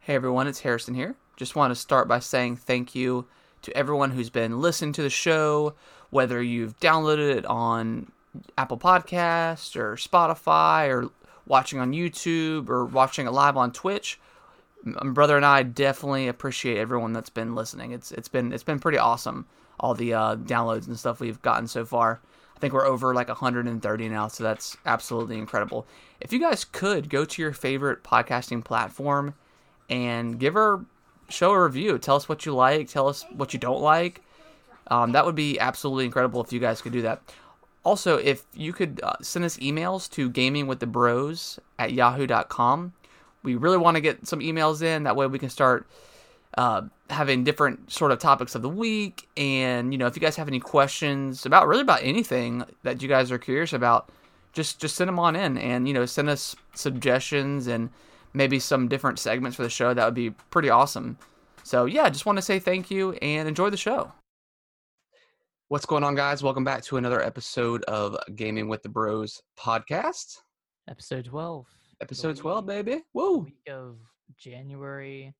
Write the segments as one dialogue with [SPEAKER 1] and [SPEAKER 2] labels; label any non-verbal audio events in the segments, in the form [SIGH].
[SPEAKER 1] Hey everyone, it's Harrison here. Just want to start by saying thank you to everyone who's been listening to the show, whether you've downloaded it on Apple Podcasts or Spotify or watching on YouTube or watching it live on Twitch. My brother and I definitely appreciate everyone that's been listening. It's it's been it's been pretty awesome all the uh, downloads and stuff we've gotten so far. I think we're over like 130 now, so that's absolutely incredible. If you guys could go to your favorite podcasting platform and give our show a review, tell us what you like, tell us what you don't like. Um, that would be absolutely incredible if you guys could do that. Also, if you could uh, send us emails to gamingwiththebros at yahoo.com, we really want to get some emails in. That way we can start uh, having different sort of topics of the week. And, you know, if you guys have any questions about really about anything that you guys are curious about, just, just send them on in and, you know, send us suggestions and maybe some different segments for the show. That would be pretty awesome. So, yeah, just want to say thank you and enjoy the show. What's going on, guys? Welcome back to another episode of Gaming with the Bros podcast,
[SPEAKER 2] Episode 12. the
[SPEAKER 1] episode
[SPEAKER 2] week-
[SPEAKER 1] 12, baby.
[SPEAKER 2] the
[SPEAKER 1] Woo!
[SPEAKER 2] Week of January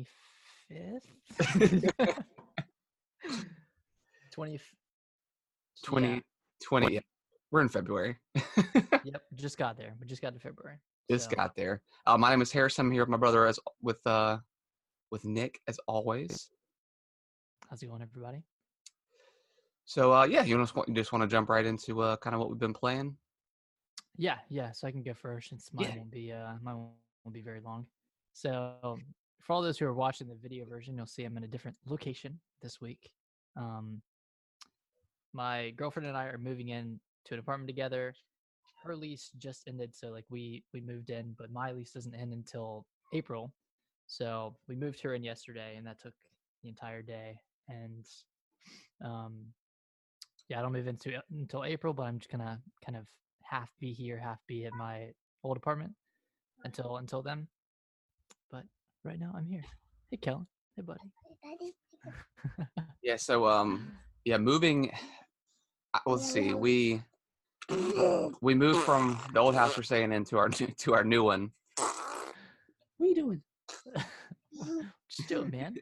[SPEAKER 1] [LAUGHS]
[SPEAKER 2] 25th. 20. f-
[SPEAKER 1] 20,
[SPEAKER 2] yeah,
[SPEAKER 1] 20. yeah. We're in February.
[SPEAKER 2] yep. Just got there. We just got to February.
[SPEAKER 1] Just
[SPEAKER 2] so-
[SPEAKER 1] got there. Uh, my name is Harrison. I'm here with my brother as with uh with Nick as always.
[SPEAKER 2] How's it going, everybody?
[SPEAKER 1] So uh yeah, you just want, you just want to jump right into uh kind of what we've been playing.
[SPEAKER 2] Yeah, yeah. So I can go first since mine
[SPEAKER 1] Yeah.
[SPEAKER 2] won't be uh mine won't- won't be very long. So for all those who are watching the video version, you'll see I'm in a different location this week. Um my girlfriend and I are moving in to an apartment together. Her lease just ended, so like we we moved in, but my lease doesn't end until April. So we moved her in yesterday and that took the entire day and um yeah, I don't move into it until April, but I'm just gonna kind of half be here, half be at my old apartment until until then. But right now I'm here. Hey Kellen. Hey buddy.
[SPEAKER 1] Yeah, so um yeah, moving I- let's see. We we moved from the old house we're staying in to our new, to our new one. What are you doing?
[SPEAKER 2] just do
[SPEAKER 1] [LAUGHS]
[SPEAKER 2] it, man.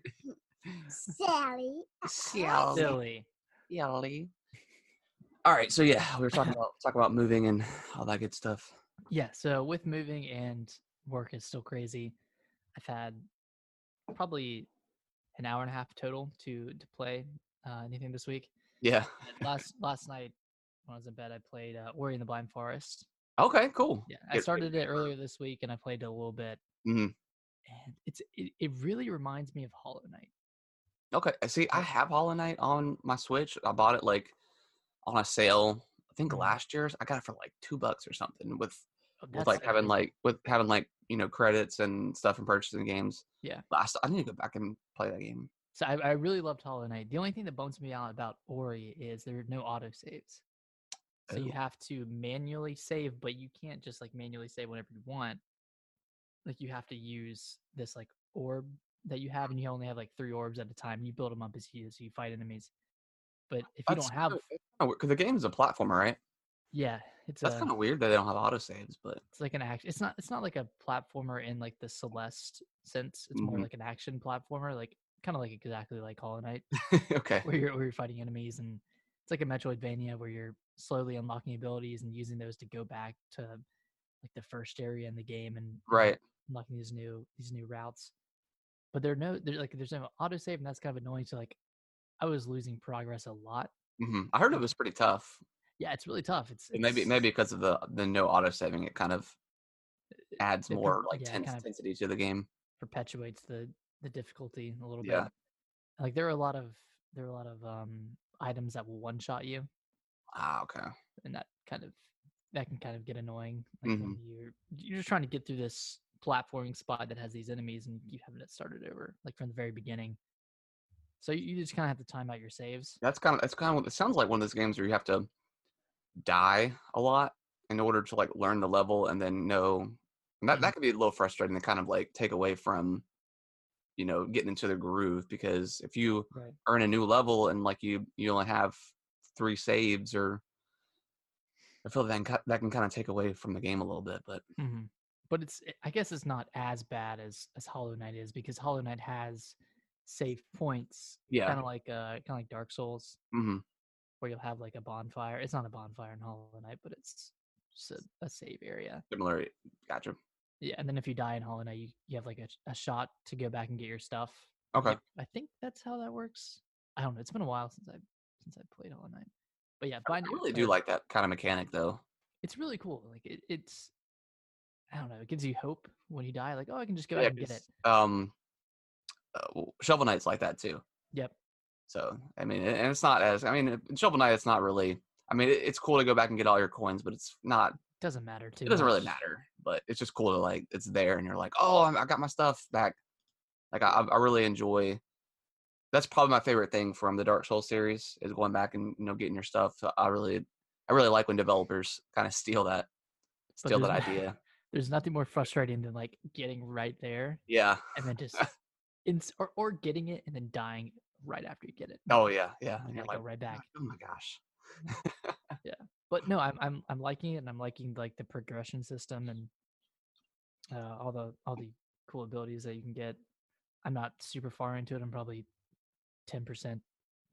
[SPEAKER 3] Sally.
[SPEAKER 2] Silly.
[SPEAKER 1] Yelly. All right, so yeah, we were talking about talking about moving and all that good stuff.
[SPEAKER 2] Yeah, so with moving and work is still crazy. I've had probably an hour and a half total to to play uh, anything this week.
[SPEAKER 1] Yeah.
[SPEAKER 2] Last last night when I was in bed, I played uh, Ori and the Blind Forest.
[SPEAKER 1] Okay, cool.
[SPEAKER 2] Yeah, I
[SPEAKER 1] Good-
[SPEAKER 2] started it earlier this week and I played it a little bit.
[SPEAKER 1] Mhm.
[SPEAKER 2] And it's it, it really reminds me of Hollow Knight.
[SPEAKER 1] Okay. I See, I have Hollow Knight on my Switch. I bought it like on a sale. I think
[SPEAKER 2] Mhm.
[SPEAKER 1] last year's. I got it for like two bucks or something with
[SPEAKER 2] Oh,
[SPEAKER 1] with
[SPEAKER 2] that's
[SPEAKER 1] like
[SPEAKER 2] so
[SPEAKER 1] having
[SPEAKER 2] good.
[SPEAKER 1] like with having like you know credits and stuff and purchasing games.
[SPEAKER 2] Yeah.
[SPEAKER 1] But I, st- I need to go back and play that game.
[SPEAKER 2] so I, I really loved Hollow Knight. The only thing that bums me out about Ori is there are no auto saves. So
[SPEAKER 1] Oh.
[SPEAKER 2] you have to manually save, but you can't just like manually save whenever you want. Like you have to use this like orb that you have, and you only have like three orbs at a time. You build them up as you as you fight enemies. But if you don't have,
[SPEAKER 1] because the game's a platformer, right?
[SPEAKER 2] yeah, it's
[SPEAKER 1] That's
[SPEAKER 2] a,
[SPEAKER 1] kind of weird that they don't have autosaves, but [LAUGHS]
[SPEAKER 2] it's like an action. It's not. It's not like a platformer in like the Celeste sense. It's more
[SPEAKER 1] Mhm.
[SPEAKER 2] like an action platformer, like kind of like exactly like Hollow Knight,
[SPEAKER 1] okay.
[SPEAKER 2] where you're where you're fighting enemies, and it's like a Metroidvania where you're slowly unlocking abilities and using those to go back to like the first area in the game and and
[SPEAKER 1] Right.
[SPEAKER 2] unlocking these new these new routes. But there are no there's like there's no autosave, and that's kind of annoying. So like, I was losing progress a lot.
[SPEAKER 1] hmm I heard it was pretty tough.
[SPEAKER 2] Yeah, it's really tough. It's,
[SPEAKER 1] And maybe
[SPEAKER 2] it's-
[SPEAKER 1] maybe because of the the no autosaving, it kind of adds
[SPEAKER 2] it per-
[SPEAKER 1] more like
[SPEAKER 2] yeah, it
[SPEAKER 1] tense,
[SPEAKER 2] kind of-
[SPEAKER 1] intensity to the game.
[SPEAKER 2] perpetuates the the difficulty a little
[SPEAKER 1] Yeah.
[SPEAKER 2] bit. Like there are a lot of there are a lot of um items that will one shot you,
[SPEAKER 1] Ah, okay.
[SPEAKER 2] and that kind of that can kind of get annoying. Like
[SPEAKER 1] Mhm.
[SPEAKER 2] when you're you're just trying to get through this platforming spot that has these enemies, and you haven't it started over like from the very beginning. So you you just kind of have to time out your saves.
[SPEAKER 1] That's kind of that's kind of it sounds like one of those games where you have to die a lot in order to like learn the level and then know and
[SPEAKER 2] Mm-hmm.
[SPEAKER 1] that that could be a little frustrating to kind of like take away from you know getting into the groove because if you
[SPEAKER 2] Right.
[SPEAKER 1] earn a new level and like you you only have three saves or I feel that can, ki- that can kind of take away from the game a little bit but
[SPEAKER 2] hmm but it's it- I guess it's not as bad as as Hollow Knight is because Hollow Knight has save points,
[SPEAKER 1] Yeah.
[SPEAKER 2] kind of like uh kind of like Dark Souls,
[SPEAKER 1] Mm-hmm.
[SPEAKER 2] where you'll have like a bonfire. It's not a bonfire in Hollow Knight, but it's just a, a save area.
[SPEAKER 1] Similar. Gotcha.
[SPEAKER 2] Yeah, and then if you die in Hollow Knight, you, you have like a, sh- a shot to go back and get your stuff.
[SPEAKER 1] Okay.
[SPEAKER 2] Like, I think that's how that works. I don't know. It's been a while since I since I played Hollow Knight, but yeah,
[SPEAKER 1] I
[SPEAKER 2] Binding of
[SPEAKER 1] really do
[SPEAKER 2] Isaac-
[SPEAKER 1] like that kind of mechanic though.
[SPEAKER 2] it's really cool. Like it, it's I don't know, it gives you hope when you die. Like oh, I can just go
[SPEAKER 1] Yeah,
[SPEAKER 2] ahead and get it.
[SPEAKER 1] 'cause, Um, uh, w- Shovel Knight's like that too.
[SPEAKER 2] Yep.
[SPEAKER 1] So I mean, a- and it's not as I mean, in Shovel Knight, it's not really. I mean, it- it's cool to go back and get all your coins, but it's not.
[SPEAKER 2] Doesn't matter too.
[SPEAKER 1] It doesn't really
[SPEAKER 2] much.
[SPEAKER 1] matter, but it's just cool to like it's there, and you're like, oh, I'm- I got my stuff back. Like I, I really enjoy. That's probably my favorite thing from the Dark Souls series is going back and you know getting your stuff. So I really, I really like when developers kind of steal that,
[SPEAKER 2] But
[SPEAKER 1] steal that
[SPEAKER 2] there's-
[SPEAKER 1] idea.
[SPEAKER 2] There's nothing more frustrating than like getting right there
[SPEAKER 1] Yeah.
[SPEAKER 2] and
[SPEAKER 1] [LAUGHS]
[SPEAKER 2] then just in, or or getting it and then dying right after you get it.
[SPEAKER 1] Oh yeah, yeah.
[SPEAKER 2] And
[SPEAKER 1] And
[SPEAKER 2] you
[SPEAKER 1] you're like,
[SPEAKER 2] gotta go right back.
[SPEAKER 1] oh my gosh.
[SPEAKER 2] But no, I'm I'm I'm liking it and I'm liking like the progression system and uh, all the all the cool abilities that you can get. I'm not super far into it. I'm probably ten percent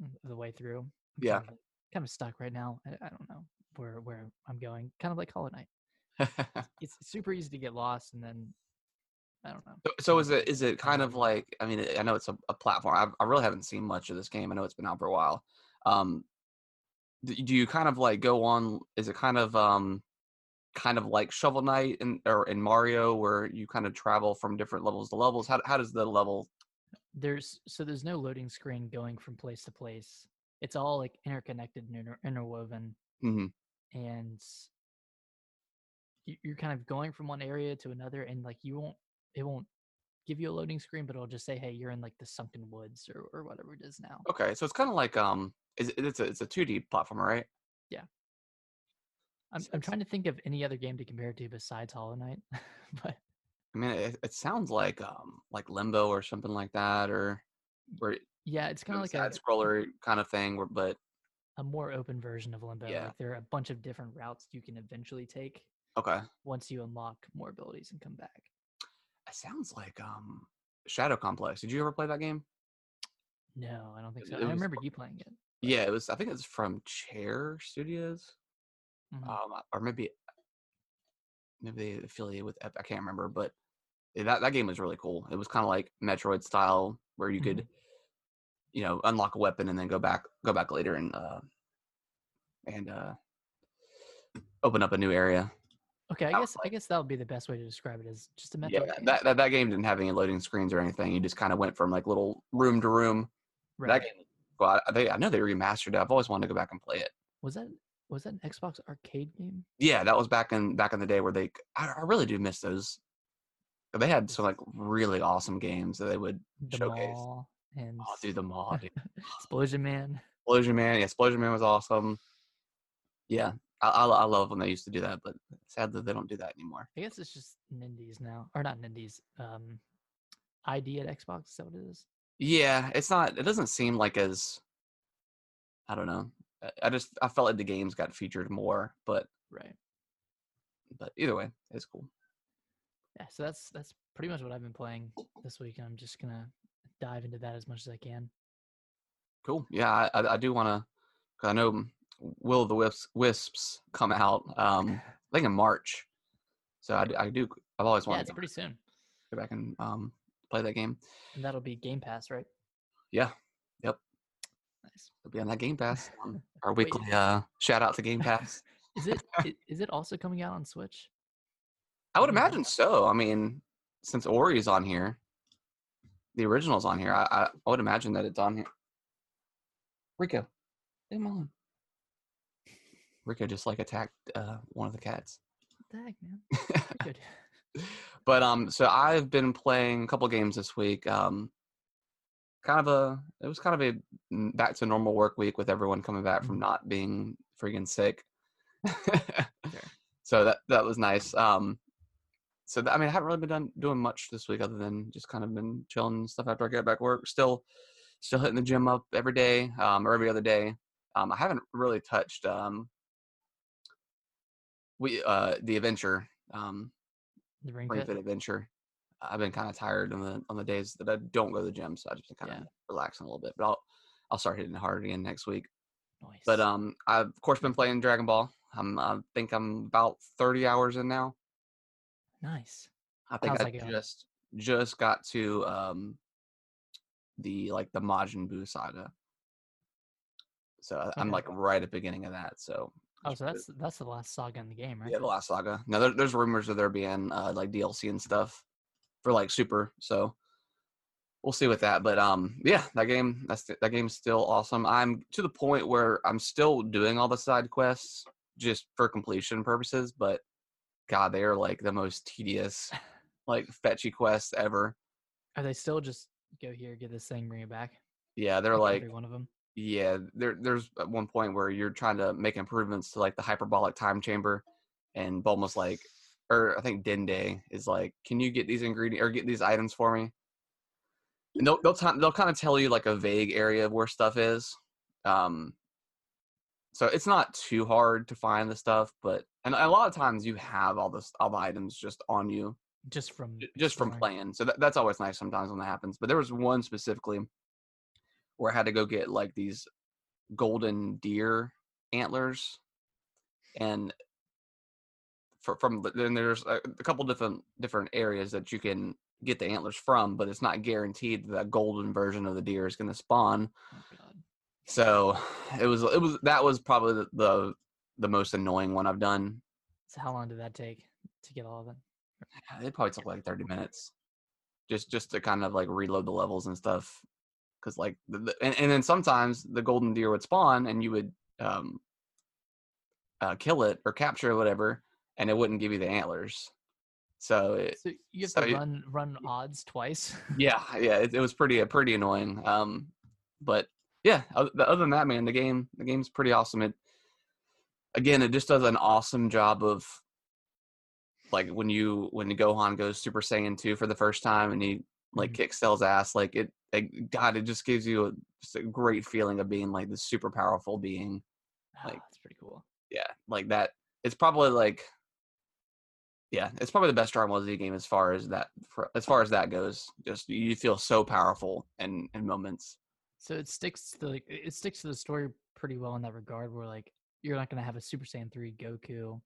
[SPEAKER 2] of the way through. I'm
[SPEAKER 1] Yeah.
[SPEAKER 2] Kind of, kind of stuck right now. I, I don't know where where I'm going. Kind of like Hollow Knight.
[SPEAKER 1] [LAUGHS]
[SPEAKER 2] It's super easy to get lost and then I don't know.
[SPEAKER 1] So, so is it is it
[SPEAKER 2] I
[SPEAKER 1] kind
[SPEAKER 2] don't
[SPEAKER 1] of
[SPEAKER 2] know.
[SPEAKER 1] like I mean I know it's a, a platform I've, I really haven't seen much of this game I know it's been out for a while. Um, d- do you kind of like go on? Is it kind of um, kind of like Shovel Knight and or in Mario where you kind of travel from different levels to levels? How how does the level?
[SPEAKER 2] there's so there's no loading screen going from place to place. It's all like interconnected and inter- interwoven,
[SPEAKER 1] mhm,
[SPEAKER 2] and you- you're kind of going from one area to another, and like you won't it won't give you a loading screen, but it'll just say, "Hey, you're in like the sunken woods or or whatever it is now."
[SPEAKER 1] Okay, so it's kind of like um, is it, it's a it's a two D platformer, right?
[SPEAKER 2] I'm
[SPEAKER 1] so
[SPEAKER 2] I'm
[SPEAKER 1] it's-
[SPEAKER 2] trying to think of any other game to compare it to besides Hollow Knight, [LAUGHS] but
[SPEAKER 1] I mean it, it sounds like um like Limbo or something like that or where
[SPEAKER 2] yeah, it's kind of like a,
[SPEAKER 1] side scroller kind of thing, where- but
[SPEAKER 2] a more open version of Limbo.
[SPEAKER 1] Yeah.
[SPEAKER 2] Like there are a bunch of different routes you can eventually take
[SPEAKER 1] okay.
[SPEAKER 2] once you unlock more abilities and come back.
[SPEAKER 1] It sounds like um Shadow Complex. Did you ever play that game?
[SPEAKER 2] No, I don't think
[SPEAKER 1] It-
[SPEAKER 2] so.
[SPEAKER 1] it
[SPEAKER 2] I
[SPEAKER 1] was
[SPEAKER 2] remember you playing it.
[SPEAKER 1] Yeah, it was. I think it's from Chair Studios,
[SPEAKER 2] Mhm.
[SPEAKER 1] um, I- or maybe maybe they affiliated with. Ep- I can't remember, but yeah, that that game was really cool. It was kind of like Metroid style, where you
[SPEAKER 2] Mhm.
[SPEAKER 1] could, you know, unlock a weapon and then go back go back later and uh, and uh, open up a new area.
[SPEAKER 2] Okay, I
[SPEAKER 1] That was
[SPEAKER 2] guess I guess that would be the best way to describe it is just a Metroid.
[SPEAKER 1] Yeah,
[SPEAKER 2] game.
[SPEAKER 1] that, that that game didn't have any loading screens or anything. You just kind of went from like little room to room.
[SPEAKER 2] right.
[SPEAKER 1] That game, well, I, they, I know they remastered it. I've always wanted to go back and play it.
[SPEAKER 2] was that was that an Xbox arcade game?
[SPEAKER 1] yeah, that was back in back in the day where they. c- I, I really do miss those. They had some like really awesome games that they would
[SPEAKER 2] The
[SPEAKER 1] Showcase.
[SPEAKER 2] Mall and
[SPEAKER 1] oh, do them all. dude.
[SPEAKER 2] Explosion Man. [LAUGHS]
[SPEAKER 1] Explosion Man, yeah, Explosion Man was awesome. Yeah, I, I I love when they used to do that, but sadly they don't do that anymore.
[SPEAKER 2] I guess it's just Nindies now, or not Nindies. Um, ID at Xbox. Is that what it is?
[SPEAKER 1] Yeah, it's not. It doesn't seem like as. I don't know. I- I just I felt like the games got featured more, but
[SPEAKER 2] Right.
[SPEAKER 1] but either way, it's cool.
[SPEAKER 2] Yeah. So that's that's pretty much what I've been playing this week, and I'm just gonna dive into that as much as I can.
[SPEAKER 1] Cool. Yeah, I, I, I do want to, because I know mm, Will of the Wisps, Wisps come out.
[SPEAKER 2] [LAUGHS]
[SPEAKER 1] Um, I think in March. So I, d- I do. I've always
[SPEAKER 2] Yeah,
[SPEAKER 1] wanted
[SPEAKER 2] it's pretty soon,
[SPEAKER 1] to go back and um, play that game.
[SPEAKER 2] and that'll be Game Pass, right?
[SPEAKER 1] Yeah,
[SPEAKER 2] Nice.
[SPEAKER 1] it'll be on that Game
[SPEAKER 2] [LAUGHS]
[SPEAKER 1] Pass. On our
[SPEAKER 2] Wait.
[SPEAKER 1] weekly uh, shout out to
[SPEAKER 2] [LAUGHS]
[SPEAKER 1] Game Pass.
[SPEAKER 2] Is it i- is it also coming out on Switch?
[SPEAKER 1] I would
[SPEAKER 2] Didn't know
[SPEAKER 1] imagine so. I mean, since Ori's on here, the original's on here. I, I, I would imagine that it's on here. Rico, leave him alone. Rico just like attacked uh, one of the cats.
[SPEAKER 2] What the heck, man?
[SPEAKER 1] [LAUGHS]
[SPEAKER 2] Good.
[SPEAKER 1] but um so i've been playing a couple games this week um kind of a it was kind of a n- back to normal work week with everyone coming back from
[SPEAKER 2] Mhm.
[SPEAKER 1] not being freaking sick [LAUGHS] so that that was nice um so th- i mean i haven't really been done, doing much this week other than just kind of been chilling and stuff after i got back to work still still hitting the gym up every day um or every other day um i haven't really touched um we uh the adventure um
[SPEAKER 2] [LAUGHS] The ring
[SPEAKER 1] Ring
[SPEAKER 2] fit.
[SPEAKER 1] Fit Adventure. I've been kind of tired on the on the days that I don't go to the gym, so I've just been kind of
[SPEAKER 2] Yeah.
[SPEAKER 1] relaxing a little bit. But I'll I'll start hitting it hard again next week.
[SPEAKER 2] Nice.
[SPEAKER 1] But um, I've of course been playing Dragon Ball. I'm I think I'm about 30 hours in now.
[SPEAKER 2] nice.
[SPEAKER 1] I think
[SPEAKER 2] How's
[SPEAKER 1] I
[SPEAKER 2] that going?
[SPEAKER 1] just just got to um the like the Majin Buu saga. So I- I'm
[SPEAKER 2] Okay.
[SPEAKER 1] like right at the beginning of that. So
[SPEAKER 2] Oh,
[SPEAKER 1] it's
[SPEAKER 2] so
[SPEAKER 1] pretty-
[SPEAKER 2] that's that's the last saga in the game, right?
[SPEAKER 1] yeah, the last saga. Now there, there's rumors of there being uh, like DLC and stuff for like Super, so we'll see with that. But um, yeah, that game that's that game's still awesome. I'm to the point where I'm still doing all the side quests just for completion purposes, but God, they are like the most
[SPEAKER 2] [LAUGHS]
[SPEAKER 1] tedious, like fetchy quests ever.
[SPEAKER 2] Are they still just go here, get this thing, bring it back?
[SPEAKER 1] Yeah, they're
[SPEAKER 2] Like
[SPEAKER 1] like
[SPEAKER 2] every one of them.
[SPEAKER 1] yeah there there's at one point where you're trying to make improvements to like the hyperbolic time chamber and Bulma's like or I think Dende is like can you get these ingredient or get these items for me and they'll they'll, ti- they'll kind of tell you like a vague area of where stuff is um so it's not too hard to find the stuff but and a lot of times you have all this all the items just on you
[SPEAKER 2] Just from
[SPEAKER 1] J- just from
[SPEAKER 2] exploring.
[SPEAKER 1] playing. So that, that's always nice sometimes when that happens. But there was one specifically where I had to go get like these golden deer antlers, and fr- from the- then there's a, a couple different different areas that you can get the antlers from, but it's not guaranteed that that golden version of the deer is going to spawn.
[SPEAKER 2] Oh, God.
[SPEAKER 1] So [SIGHS] it was it was that was probably the the, the most annoying one I've done.
[SPEAKER 2] So how long did that take to get all of it?
[SPEAKER 1] it probably took like 30 minutes just just to kind of like reload the levels and stuff because like the, the, and, and then sometimes the golden deer would spawn and you would um uh, kill it or capture it, whatever and it wouldn't give you the antlers so it,
[SPEAKER 2] So you have
[SPEAKER 1] so
[SPEAKER 2] to
[SPEAKER 1] you-
[SPEAKER 2] run run odds twice. [LAUGHS]
[SPEAKER 1] yeah yeah it, it was pretty uh, pretty annoying um but yeah oth- the- other than that man the game the game's pretty awesome it again it just does an awesome job of like when you when gohan goes super saiyan 2 for the first time and he like
[SPEAKER 2] Mhm.
[SPEAKER 1] kicks Cell's ass like it like god it just gives you a, just a great feeling of being like this super powerful being
[SPEAKER 2] Ah,
[SPEAKER 1] like-
[SPEAKER 2] that's pretty cool.
[SPEAKER 1] yeah, like that. It's probably like, yeah, it's probably the best Dragon Ball Z game as far as that for- as far as that goes. Just you feel so powerful in in moments.
[SPEAKER 2] So it sticks to like it it sticks to the story pretty well in that regard. Where like you're not gonna have a Super Saiyan three Goku.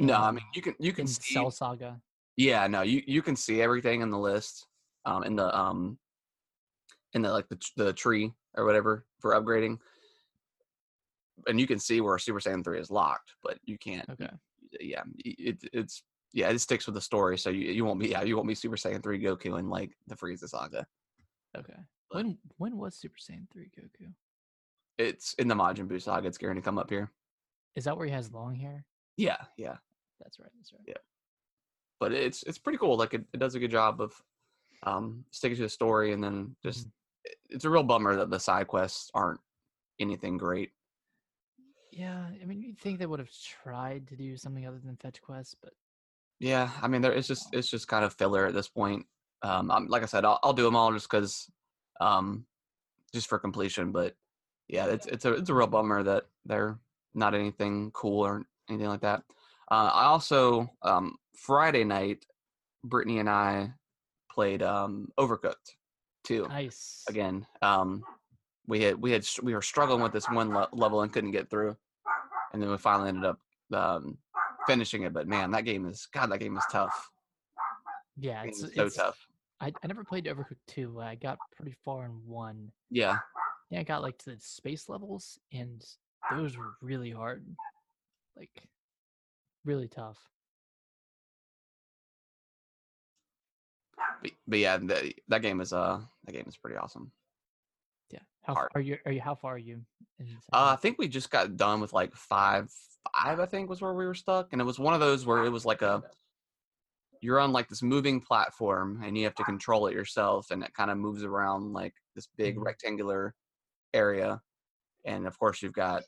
[SPEAKER 1] No, I
[SPEAKER 2] in-
[SPEAKER 1] mean you can you can
[SPEAKER 2] in
[SPEAKER 1] see
[SPEAKER 2] Cell Saga.
[SPEAKER 1] yeah no you you can see everything in the list, um in the um in the like the tr- the tree or whatever for upgrading, and you can see where Super Saiyan three is locked, but you can't
[SPEAKER 2] Okay.
[SPEAKER 1] yeah, y- it, it's yeah, it sticks with the story. So you you won't be yeah, you won't be Super Saiyan three Goku in like the Frieza saga.
[SPEAKER 2] Okay. When when was Super Saiyan three Goku?
[SPEAKER 1] It's in the Majin Buu saga. It's going to come up here.
[SPEAKER 2] Is that where he has long hair?
[SPEAKER 1] Yeah, yeah,
[SPEAKER 2] That's right. That's right.
[SPEAKER 1] Yeah. but it's it's pretty cool. Like it, it does a good job of um sticking to the story, and then just it- it's a real bummer that the side quests aren't anything great.
[SPEAKER 2] Yeah. I mean, you'd think they would have tried to do something other than fetch quests, but
[SPEAKER 1] Yeah, I mean, there it's just it's just kind of filler at this point. Um, I'm, like I said, I'll, I'll do them all just because, um, just for completion. But yeah, it's it's a it's a real bummer that they're not anything cool or anything like that. Uh, I also um, Friday night, Brittany and I played um, Overcooked too
[SPEAKER 2] nice.
[SPEAKER 1] again. Um, we had we had s- we were struggling with this one le- level and couldn't get through, and then we finally ended up um, finishing it. But man, that game is God, that game is tough.
[SPEAKER 2] Yeah.
[SPEAKER 1] That
[SPEAKER 2] It's,
[SPEAKER 1] game is
[SPEAKER 2] it's
[SPEAKER 1] so tough.
[SPEAKER 2] I, I never played Overcooked two. I got pretty far in one.
[SPEAKER 1] Yeah,
[SPEAKER 2] Yeah, I got like to the space levels, and those were really hard, like really tough.
[SPEAKER 1] but, but yeah, that, that game is uh that game is pretty awesome.
[SPEAKER 2] Yeah. How
[SPEAKER 1] Hard.
[SPEAKER 2] far are you? Are you? How far are you? in Cell
[SPEAKER 1] Uh, I
[SPEAKER 2] Saga?
[SPEAKER 1] think we just got done with like five five I think was where we were stuck, and it was one of those where it was like a you're on like this moving platform and you have to control it yourself and it kind of moves around like this big
[SPEAKER 2] Mhm.
[SPEAKER 1] rectangular area and of course you've got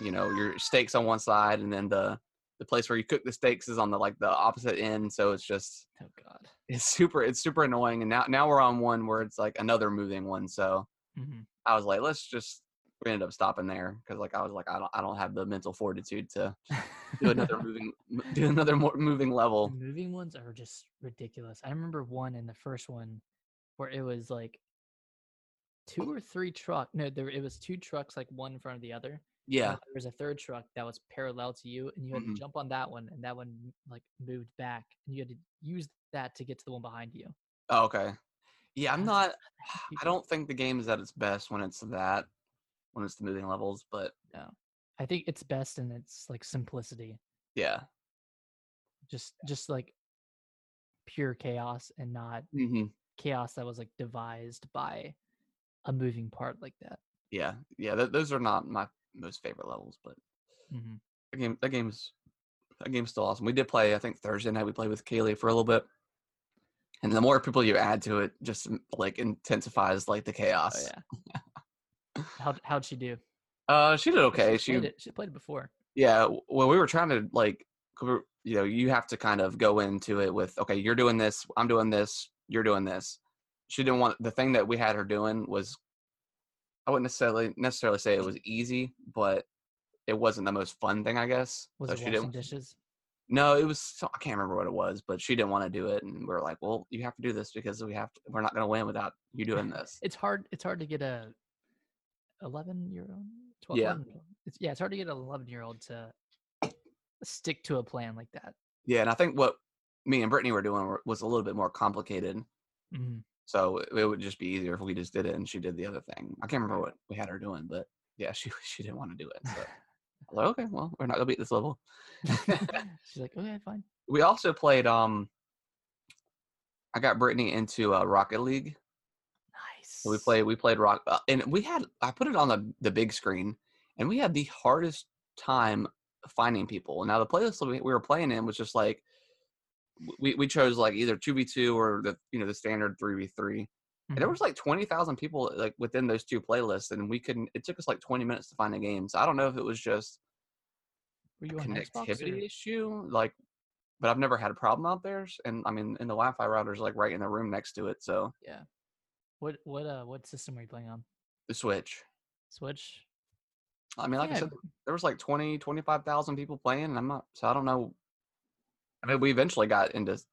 [SPEAKER 1] you know your steaks on one side and then the the place where you cook the steaks is on the like the opposite end so it's just
[SPEAKER 2] Oh God.
[SPEAKER 1] it's super it's super annoying and now now we're on one where it's like another moving one so
[SPEAKER 2] hmm
[SPEAKER 1] i was like let's just we ended up stopping there because like I was like I don't I don't have the mental fortitude to do
[SPEAKER 2] [LAUGHS]
[SPEAKER 1] another moving m- do another more moving
[SPEAKER 2] The
[SPEAKER 1] level.
[SPEAKER 2] moving ones are just ridiculous. I remember one in the first one where it was like two or three truck. No, there it was two trucks, like one in front of the other. and
[SPEAKER 1] Yeah,
[SPEAKER 2] then There was a third truck that was parallel to you, and you had
[SPEAKER 1] Mhm.
[SPEAKER 2] to jump on that one, and that one like moved back, and you had to use that to get to the one behind you.
[SPEAKER 1] Oh, okay. Yeah, I'm
[SPEAKER 2] I was
[SPEAKER 1] not.
[SPEAKER 2] like, "How do
[SPEAKER 1] [SIGHS] I
[SPEAKER 2] people-"
[SPEAKER 1] don't think the game is at its best when it's that, when it's the moving levels. But
[SPEAKER 2] I think it's best in its like simplicity,
[SPEAKER 1] yeah,
[SPEAKER 2] just just like pure chaos, and not
[SPEAKER 1] hmm
[SPEAKER 2] chaos that was like devised by a moving part like that.
[SPEAKER 1] yeah, yeah. Th- those are not my most favorite levels, but
[SPEAKER 2] Mm-hmm.
[SPEAKER 1] that game, that game's, that game's still awesome. We did play. I think Thursday night we played with Kaylee for a little bit, and the more people you add to it, just m- like intensifies like the
[SPEAKER 2] Oh
[SPEAKER 1] chaos.
[SPEAKER 2] yeah. How [LAUGHS] how'd she do?
[SPEAKER 1] Uh, she did okay. She
[SPEAKER 2] she played it. She played it before.
[SPEAKER 1] Yeah, w- well, we were trying to like, c- we- you know, you have to kind of go into it with, okay, you're doing this, I'm doing this, you're doing this. She didn't want the thing that we had her doing was, I wouldn't necessarily necessarily say it was easy, but it wasn't the most fun thing, I guess.
[SPEAKER 2] Was
[SPEAKER 1] so
[SPEAKER 2] it
[SPEAKER 1] Oh, she
[SPEAKER 2] washing
[SPEAKER 1] didn't.
[SPEAKER 2] dishes?
[SPEAKER 1] No, it was. so- I can't remember what it was, but she didn't want to do it, and we were like, well, you have to do this because we have to. We're not going to win without you doing
[SPEAKER 2] [LAUGHS]
[SPEAKER 1] this.
[SPEAKER 2] It's hard. It's hard to get a eleven year old. Twelve.
[SPEAKER 1] Yeah.
[SPEAKER 2] 11 It's, yeah. It's hard to get an eleven year old to stick to a plan like that.
[SPEAKER 1] Yeah, and I think what me and Brittany were doing were- was a little bit more complicated.
[SPEAKER 2] Mhm.
[SPEAKER 1] So it- it would just be easier if we just did it and she did the other thing. I can't remember what we had her doing, but yeah, [LAUGHS] she she didn't want to do it. So I was like, okay, well, we're not gonna beat this level.
[SPEAKER 2] [LAUGHS]
[SPEAKER 1] [LAUGHS]
[SPEAKER 2] She's like, okay, fine.
[SPEAKER 1] We also played. Um, I got Brittany into uh, Rocket League.
[SPEAKER 2] Nice.
[SPEAKER 1] So we played. We played Rock, uh, and we had. I put it on the the big screen, and we had the hardest time finding people. Now the playlist that we, we were playing in was just like, w- we we chose like either two v two or the you know the standard three v three. And there
[SPEAKER 2] Mhm.
[SPEAKER 1] was like 20,000 people like within those two playlists and we couldn't it took us like 20 minutes to find a game. So I don't know if it was just
[SPEAKER 2] Were
[SPEAKER 1] a
[SPEAKER 2] you on Xbox?
[SPEAKER 1] connectivity
[SPEAKER 2] or-
[SPEAKER 1] issue like but I've never had a problem out there s- and I mean and the Wi-Fi router's like right in the room next to it so
[SPEAKER 2] Yeah. What what uh what system were you playing on?
[SPEAKER 1] the switch.
[SPEAKER 2] Switch.
[SPEAKER 1] I mean like I
[SPEAKER 2] Yeah.
[SPEAKER 1] said there was like 20 25,000 people playing and I'm not so I don't know I mean we eventually got into s-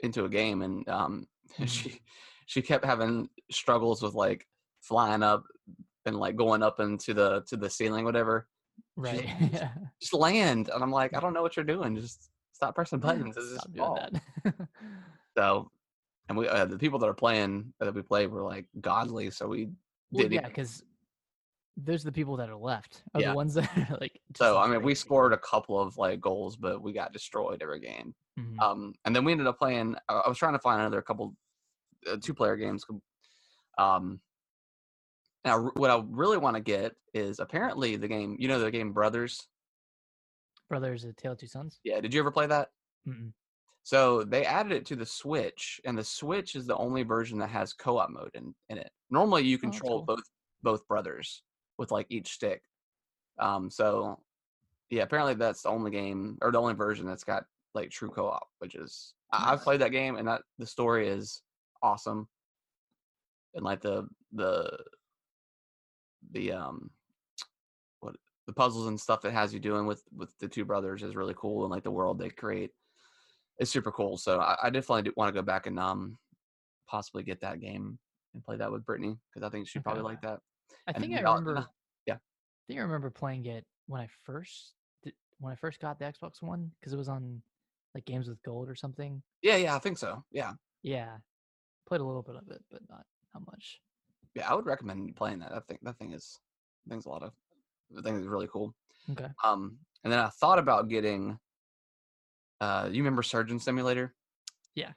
[SPEAKER 1] into a game and um [LAUGHS]
[SPEAKER 2] Mhm.
[SPEAKER 1] she she kept having struggles with like flying up and like going up into the to the ceiling whatever
[SPEAKER 2] Right.
[SPEAKER 1] just-
[SPEAKER 2] Yeah.
[SPEAKER 1] just land. And I'm like, I don't know what you're doing. Just stop pressing buttons.
[SPEAKER 2] [LAUGHS]
[SPEAKER 1] This is
[SPEAKER 2] Stop doing
[SPEAKER 1] ball.
[SPEAKER 2] that. [LAUGHS]
[SPEAKER 1] So, and we uh, the people that are playing that we play were like godly. So we
[SPEAKER 2] Well,
[SPEAKER 1] did
[SPEAKER 2] yeah,
[SPEAKER 1] it.
[SPEAKER 2] because those are the people that are left. Are
[SPEAKER 1] e Yeah.
[SPEAKER 2] the ones [LAUGHS] that are like.
[SPEAKER 1] So I mean, we
[SPEAKER 2] disintegrating.
[SPEAKER 1] scored a couple of like goals, but we got destroyed every game.
[SPEAKER 2] Mhm.
[SPEAKER 1] Um, and then we ended up playing. I I was trying to find another couple uh, two player games. com- Um, now r- what I really want to get is apparently the game. You know the game Brothers.
[SPEAKER 2] Brothers of Tale of Two Sons.
[SPEAKER 1] Yeah. Did you ever play that?
[SPEAKER 2] Mm-mm.
[SPEAKER 1] So they added it to the Switch, and the Switch is the only version that has co-op mode in, in it. Normally, you
[SPEAKER 2] Oh, that's
[SPEAKER 1] control
[SPEAKER 2] cool.
[SPEAKER 1] both both brothers with like each stick. Um, so yeah, apparently that's the only game or the only version that's got like true co-op, which is I, I've
[SPEAKER 2] Nice.
[SPEAKER 1] played that game, and that the story is awesome, and like the the the um what the puzzles and stuff it has you doing with with the two brothers is really cool and like the world they create is super cool so i, I definitely do want to go back and um possibly get that game and play that with brittany because i think she'd probably
[SPEAKER 2] Okay.
[SPEAKER 1] like that
[SPEAKER 2] I
[SPEAKER 1] and
[SPEAKER 2] think I
[SPEAKER 1] then I'll- then
[SPEAKER 2] remember.
[SPEAKER 1] yeah.
[SPEAKER 2] I think I remember playing it when I first did, when I first got the Xbox One because it was on like Games with Gold or something.
[SPEAKER 1] yeah yeah i think so yeah
[SPEAKER 2] Yeah, played a little bit of it, but not not much.
[SPEAKER 1] yeah i would recommend playing that i think that thing is that thing's a lot of the thing is really cool
[SPEAKER 2] Okay.
[SPEAKER 1] um and then i thought about getting uh you remember surgeon simulator
[SPEAKER 2] Yeah.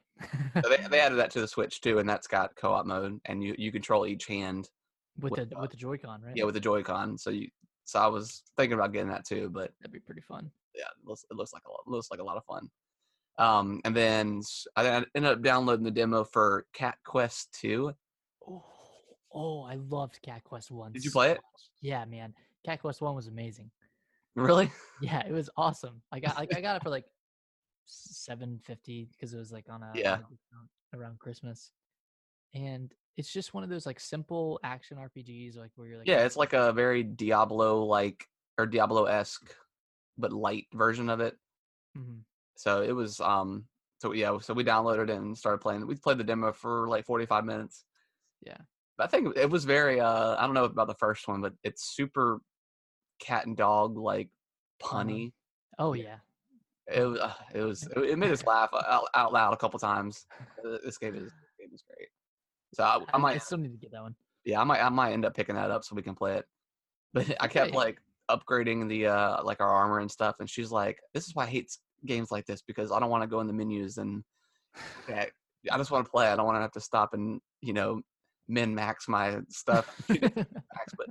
[SPEAKER 1] So they, they added that to the switch too and that's got co-op mode and you you control each hand
[SPEAKER 2] [LAUGHS] with
[SPEAKER 1] with,
[SPEAKER 2] the
[SPEAKER 1] uh,
[SPEAKER 2] with the Joy-Con, right?
[SPEAKER 1] yeah with the joy-con so you so i was thinking about getting that too but
[SPEAKER 2] that'd be pretty fun.
[SPEAKER 1] yeah it looks, it looks like a lot looks like a lot of fun um and then s- i I ended up downloading the demo for cat quest 2
[SPEAKER 2] Oh, oh, I loved Cat Quest One.
[SPEAKER 1] did you play it
[SPEAKER 2] Yeah, man, Cat Quest One was amazing.
[SPEAKER 1] really
[SPEAKER 2] Yeah, it was awesome. I got like I got it for
[SPEAKER 1] [LAUGHS]
[SPEAKER 2] like seven fifty because it was like on a on
[SPEAKER 1] Yeah.
[SPEAKER 2] a discount around Christmas, and it's just one of those like simple action RPGs, like where you're like,
[SPEAKER 1] Yeah, it's like a very Diablo like or Diablo esque, but light version of it.
[SPEAKER 2] Mhm.
[SPEAKER 1] So it was um so yeah, so we downloaded it and started playing. We played the demo for like 45 minutes.
[SPEAKER 2] Yeah.
[SPEAKER 1] But I think it was very uh I don't know about the first one, but it's super cat and dog like punny.
[SPEAKER 2] oh
[SPEAKER 1] Yeah.
[SPEAKER 2] yeah,
[SPEAKER 1] It was uh, it was it made us laugh uh, out, out loud a couple times. Uh, This game is this game is great. So I, I
[SPEAKER 2] I, I
[SPEAKER 1] might
[SPEAKER 2] still need to get that one.
[SPEAKER 1] yeah, I might I might end up picking that up so we can play it. [LAUGHS] But I kept
[SPEAKER 2] Okay.
[SPEAKER 1] like upgrading the uh like our armor and stuff, and she's like, "This is why I hate s- games like this because I don't want to go in the menus
[SPEAKER 2] [LAUGHS]
[SPEAKER 1] and yeah, I just want to play. I don't want to have to stop and you know min max my stuff,
[SPEAKER 2] [LAUGHS]
[SPEAKER 1] max, but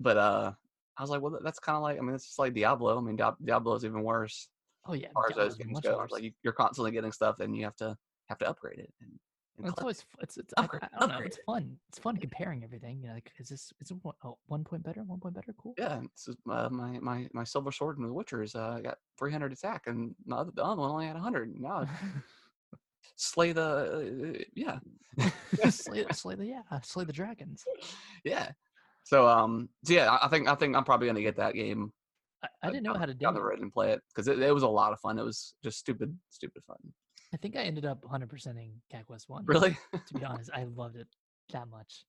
[SPEAKER 1] but uh." I was like, well, that's kind of like, I mean, it's just like Diablo. I mean, Dia- Diablo is even worse
[SPEAKER 2] oh yeah,
[SPEAKER 1] as far as
[SPEAKER 2] Diablo's
[SPEAKER 1] those games
[SPEAKER 2] much
[SPEAKER 1] go.
[SPEAKER 2] worse.
[SPEAKER 1] It's like you, you're constantly getting stuff, and you have to have to upgrade it. And, and
[SPEAKER 2] It's
[SPEAKER 1] collect
[SPEAKER 2] always f- it's, it's I,
[SPEAKER 1] Upgrade,
[SPEAKER 2] I don't know.
[SPEAKER 1] upgrade
[SPEAKER 2] It's fun.
[SPEAKER 1] [LAUGHS]
[SPEAKER 2] It's fun comparing everything. You know, like is this is it one, oh, one point better? One point better? Cool.
[SPEAKER 1] yeah, this is uh, my my my silver sword in The Witcher is uh, got 300 attack, and my other, the other one only had 100.
[SPEAKER 2] [LAUGHS]
[SPEAKER 1] Now slay the uh, yeah [LAUGHS]
[SPEAKER 2] [LAUGHS] slay, slay the yeah, slay the dragons.
[SPEAKER 1] yeah. So um so yeah, I I think I think I'm probably gonna get that game
[SPEAKER 2] I, I didn't know
[SPEAKER 1] down-
[SPEAKER 2] how to do
[SPEAKER 1] down
[SPEAKER 2] it.
[SPEAKER 1] the road and play it because it, it was a lot of fun. It was just stupid stupid fun. [LAUGHS]
[SPEAKER 2] I think I ended up 100 percenting Quest One.
[SPEAKER 1] Really?
[SPEAKER 2] To be honest, I loved it that much.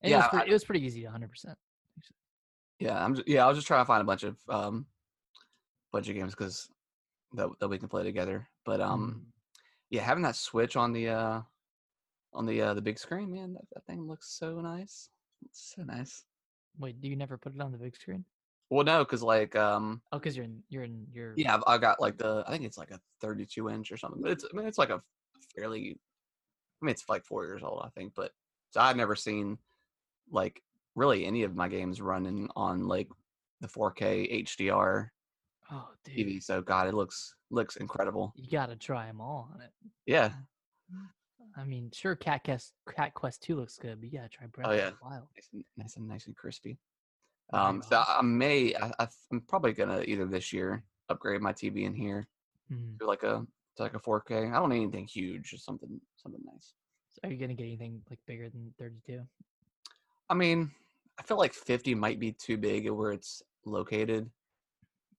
[SPEAKER 2] And it
[SPEAKER 1] Yeah,
[SPEAKER 2] was pretty,
[SPEAKER 1] I-
[SPEAKER 2] it was pretty easy, 100. percent
[SPEAKER 1] Yeah, I'm just, yeah. I was just trying to find a bunch of um bunch of games because that that we can play together.
[SPEAKER 2] Mm.
[SPEAKER 1] But um yeah, having that switch on the uh on the uh the big screen, man, that, that thing looks so nice. It's so nice.
[SPEAKER 2] Mm. Wait, do you never put it on the big screen?
[SPEAKER 1] Well, no, because like um
[SPEAKER 2] Oh, because you're in you're in your
[SPEAKER 1] yeah, I've, I've got like the I think it's like a 32 inch or something, but it's I mean it's like a fairly I mean it's like four years old I think, but so I've never seen like really any of my games running on like the 4K HDR
[SPEAKER 2] Oh, dude,
[SPEAKER 1] TV. So God, it looks looks incredible.
[SPEAKER 2] you gotta try them all on it.
[SPEAKER 1] Yeah,
[SPEAKER 2] I mean, sure, Cat Quest Cat Quest Two looks good, but yeah, try Breath
[SPEAKER 1] Oh, yeah.
[SPEAKER 2] of the Wild.
[SPEAKER 1] nice and nice and, nice and crispy.
[SPEAKER 2] Very
[SPEAKER 1] Um, so I I may, I, I, am probably gonna either this year upgrade my TV in here
[SPEAKER 2] Mm.
[SPEAKER 1] to like a to like a 4K. I don't need anything huge, just something something nice.
[SPEAKER 2] So are you gonna get anything like bigger than 32?
[SPEAKER 1] I mean, I feel like 50 might be too big where it's located.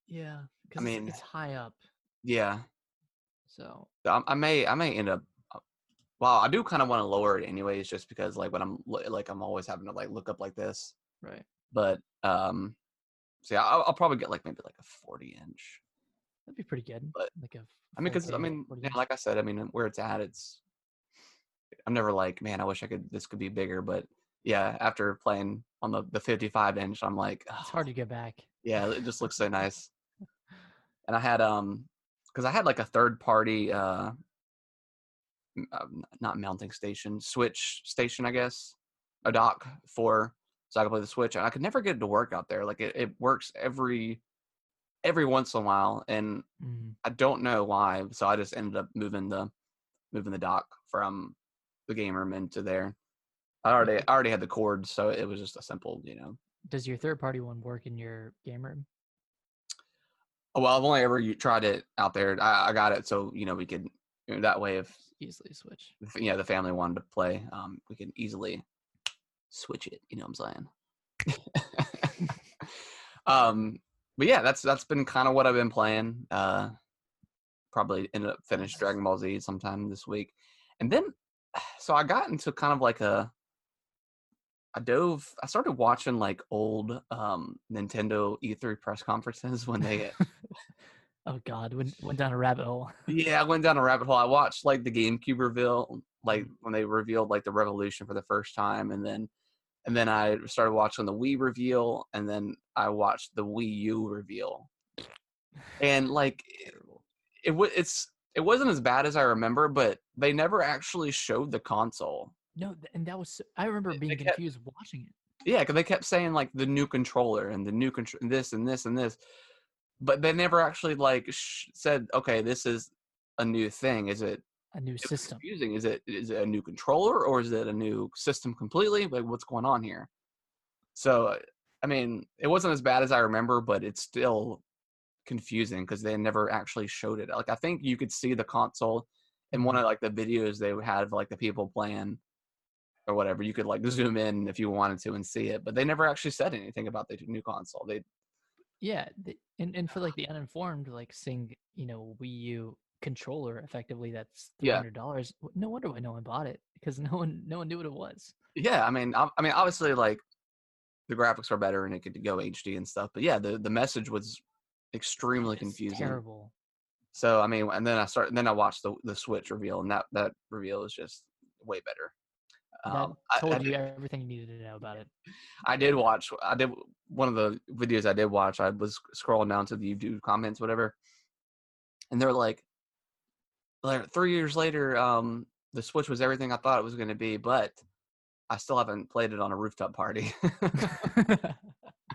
[SPEAKER 2] Yeah, because
[SPEAKER 1] mean-
[SPEAKER 2] it's high up.
[SPEAKER 1] Yeah,
[SPEAKER 2] So
[SPEAKER 1] So I, I may I may end up. uh, Well, I do kind of want to lower it anyways, just because like when I'm lo- like I'm always having to like look up like this.
[SPEAKER 2] right,
[SPEAKER 1] But um, so yeah, I'll, I'll probably get like maybe like a 40 inch
[SPEAKER 2] that'd be pretty good.
[SPEAKER 1] But,
[SPEAKER 2] like a
[SPEAKER 1] I mean,
[SPEAKER 2] full
[SPEAKER 1] because I
[SPEAKER 2] page,
[SPEAKER 1] mean,
[SPEAKER 2] what do you
[SPEAKER 1] yeah,
[SPEAKER 2] think?
[SPEAKER 1] like I said, I mean, where it's at, it's. I'm never like, man, I wish I could. This could be bigger, but yeah, after playing on the the 55 inch, I'm
[SPEAKER 2] [LAUGHS]
[SPEAKER 1] like,
[SPEAKER 2] it's
[SPEAKER 1] "Ah,
[SPEAKER 2] hard to go back.
[SPEAKER 1] yeah, it just
[SPEAKER 2] [LAUGHS]
[SPEAKER 1] looks so nice. And I had um, because I had like a third party uh, m- uh, n- not mounting station, switch station, I guess, a dock for so I could play the switch, and I could never get it to work out there. Like it, it works every every once in a while, and
[SPEAKER 2] Mm.
[SPEAKER 1] I don't know why, so I just ended up moving the moving the dock from the game room into there. I already I already had the cords, so it was just a simple, you know.
[SPEAKER 2] Does your third party one work in your game room?
[SPEAKER 1] Oh, Well, I've only ever u- tried it out there. I, I got it, so you know we could you know, that way if
[SPEAKER 2] Easily switch.
[SPEAKER 1] if, you know the family wanted to play, um, we can easily switch it. You know what I'm saying? [LAUGHS] um, but yeah, that's that's been kind of what I've been playing. Uh, probably ended up finish Dragon Ball Z sometime this week, and then [SIGHS] so I got into kind of like a I dove. I started watching like old um, Nintendo E3 press conferences [LAUGHS] when they
[SPEAKER 2] Oh God, went went down a rabbit hole.
[SPEAKER 1] yeah, I went down a rabbit hole. I watched like the GameCube reveal, like when they revealed like the Revolution for the first time, and then and then I started watching the Wii reveal, and then I watched the Wii U reveal, and like it, it wa- it's it wasn't as bad as I remember, but they never actually showed the console.
[SPEAKER 2] No, th- and that was so, I remember
[SPEAKER 1] They-
[SPEAKER 2] being
[SPEAKER 1] they kept-
[SPEAKER 2] confused watching it.
[SPEAKER 1] Yeah, because they kept saying like the new controller and the new control, this and this and this, but they never actually like sh- said, okay, this is a new thing. Is it
[SPEAKER 2] A new
[SPEAKER 1] it was
[SPEAKER 2] system.
[SPEAKER 1] confusing. Is it is it a new controller or is it a new system completely? Like what's going on here? So uh, I mean, it wasn't as bad as I remember, but it's still confusing because they never actually showed it.
[SPEAKER 2] Mm-hmm.
[SPEAKER 1] Like I think you could see the console in one of like the videos they would have like the people playing or whatever, you could like zoom in if you wanted to and see it. But they never actually said anything about the new console. They
[SPEAKER 2] Yeah, the, and and for like the uninformed, like seeing you know Wii U controller effectively that's three
[SPEAKER 1] Yeah.
[SPEAKER 2] hundred dollars. No wonder why no one bought it because no one no one knew what it was.
[SPEAKER 1] yeah, I mean, I, I mean, obviously, like the graphics are better and it could go HD and stuff. But yeah, the the message was extremely
[SPEAKER 2] Oh, It's
[SPEAKER 1] confusing.
[SPEAKER 2] Terrible.
[SPEAKER 1] So I mean, and then I start, then I watched the the Switch reveal, and that that reveal is just way better. Um, I-
[SPEAKER 2] that told
[SPEAKER 1] I,
[SPEAKER 2] you
[SPEAKER 1] did,
[SPEAKER 2] everything you needed to know about it.
[SPEAKER 1] I did watch. I did one of the videos I did watch. I was scrolling down to the YouTube comments, whatever, and they're like, like three years later, um, the Switch was everything I thought it was going to be, but I still haven't played it on a rooftop party.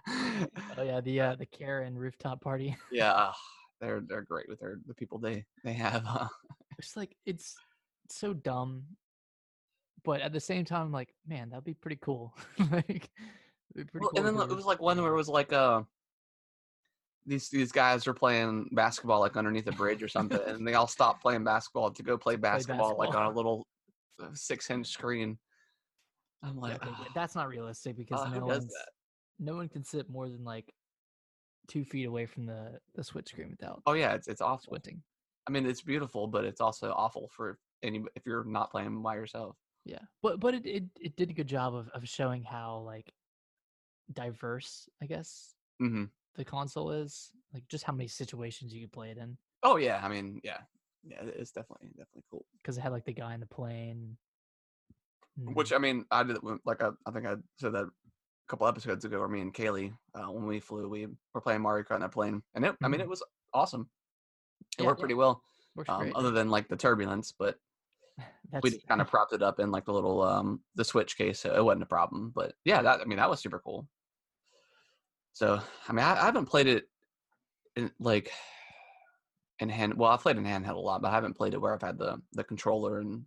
[SPEAKER 2] oh yeah, the uh, the Karen rooftop party. [LAUGHS]
[SPEAKER 1] yeah, ugh, they're they're great with their the people they they have. Uh,
[SPEAKER 2] It's like it's so dumb, but at the same time, like man, that'd be pretty cool. [LAUGHS] like, it'd be pretty
[SPEAKER 1] Well,
[SPEAKER 2] cool.
[SPEAKER 1] and then
[SPEAKER 2] if
[SPEAKER 1] like,
[SPEAKER 2] there
[SPEAKER 1] it was like one
[SPEAKER 2] yeah.
[SPEAKER 1] where it was like uh these these guys were playing basketball like underneath a bridge or
[SPEAKER 2] [LAUGHS]
[SPEAKER 1] something, and they all stopped playing basketball to go play basketball, like on a
[SPEAKER 2] basketball.
[SPEAKER 1] little six inch screen. I'm
[SPEAKER 2] Yeah,
[SPEAKER 1] like,
[SPEAKER 2] okay,
[SPEAKER 1] "Ugh,
[SPEAKER 2] yeah, that's not realistic because
[SPEAKER 1] uh, who
[SPEAKER 2] no
[SPEAKER 1] does
[SPEAKER 2] one's
[SPEAKER 1] that?
[SPEAKER 2] no one can sit more than like two feet away from the the switch screen without
[SPEAKER 1] oh yeah, it's it's awful.
[SPEAKER 2] squinting.
[SPEAKER 1] I mean, it's beautiful, but it's also awful for any if you're not playing by yourself.
[SPEAKER 2] Yeah, but but it it, it did a good job of of showing how like diverse I guess
[SPEAKER 1] hmm
[SPEAKER 2] the console is, like just how many situations you could play it in.
[SPEAKER 1] Oh yeah, I mean, yeah, yeah, it- it's definitely definitely cool.
[SPEAKER 2] Because it had like the guy in the plane. mm,
[SPEAKER 1] Which
[SPEAKER 2] Mm-hmm.
[SPEAKER 1] I mean, I did when- like I, I think I said that a couple episodes ago, or me and Kaylee, uh, when we flew, we were playing Mario Kart on a plane, and it, I mean,
[SPEAKER 2] Mhm.
[SPEAKER 1] it was awesome. It
[SPEAKER 2] Yeah,
[SPEAKER 1] worked
[SPEAKER 2] yeah.
[SPEAKER 1] pretty well,
[SPEAKER 2] works
[SPEAKER 1] um,
[SPEAKER 2] great.
[SPEAKER 1] other than like the turbulence, but
[SPEAKER 2] That's
[SPEAKER 1] we kind of propped it up in like the little um the switch case, so it wasn't a problem. But yeah, that I mean, that was super cool. So I mean, I, I haven't played it in like in hand. Well, I've played in handheld a lot, but I haven't played it where I've had the the controller and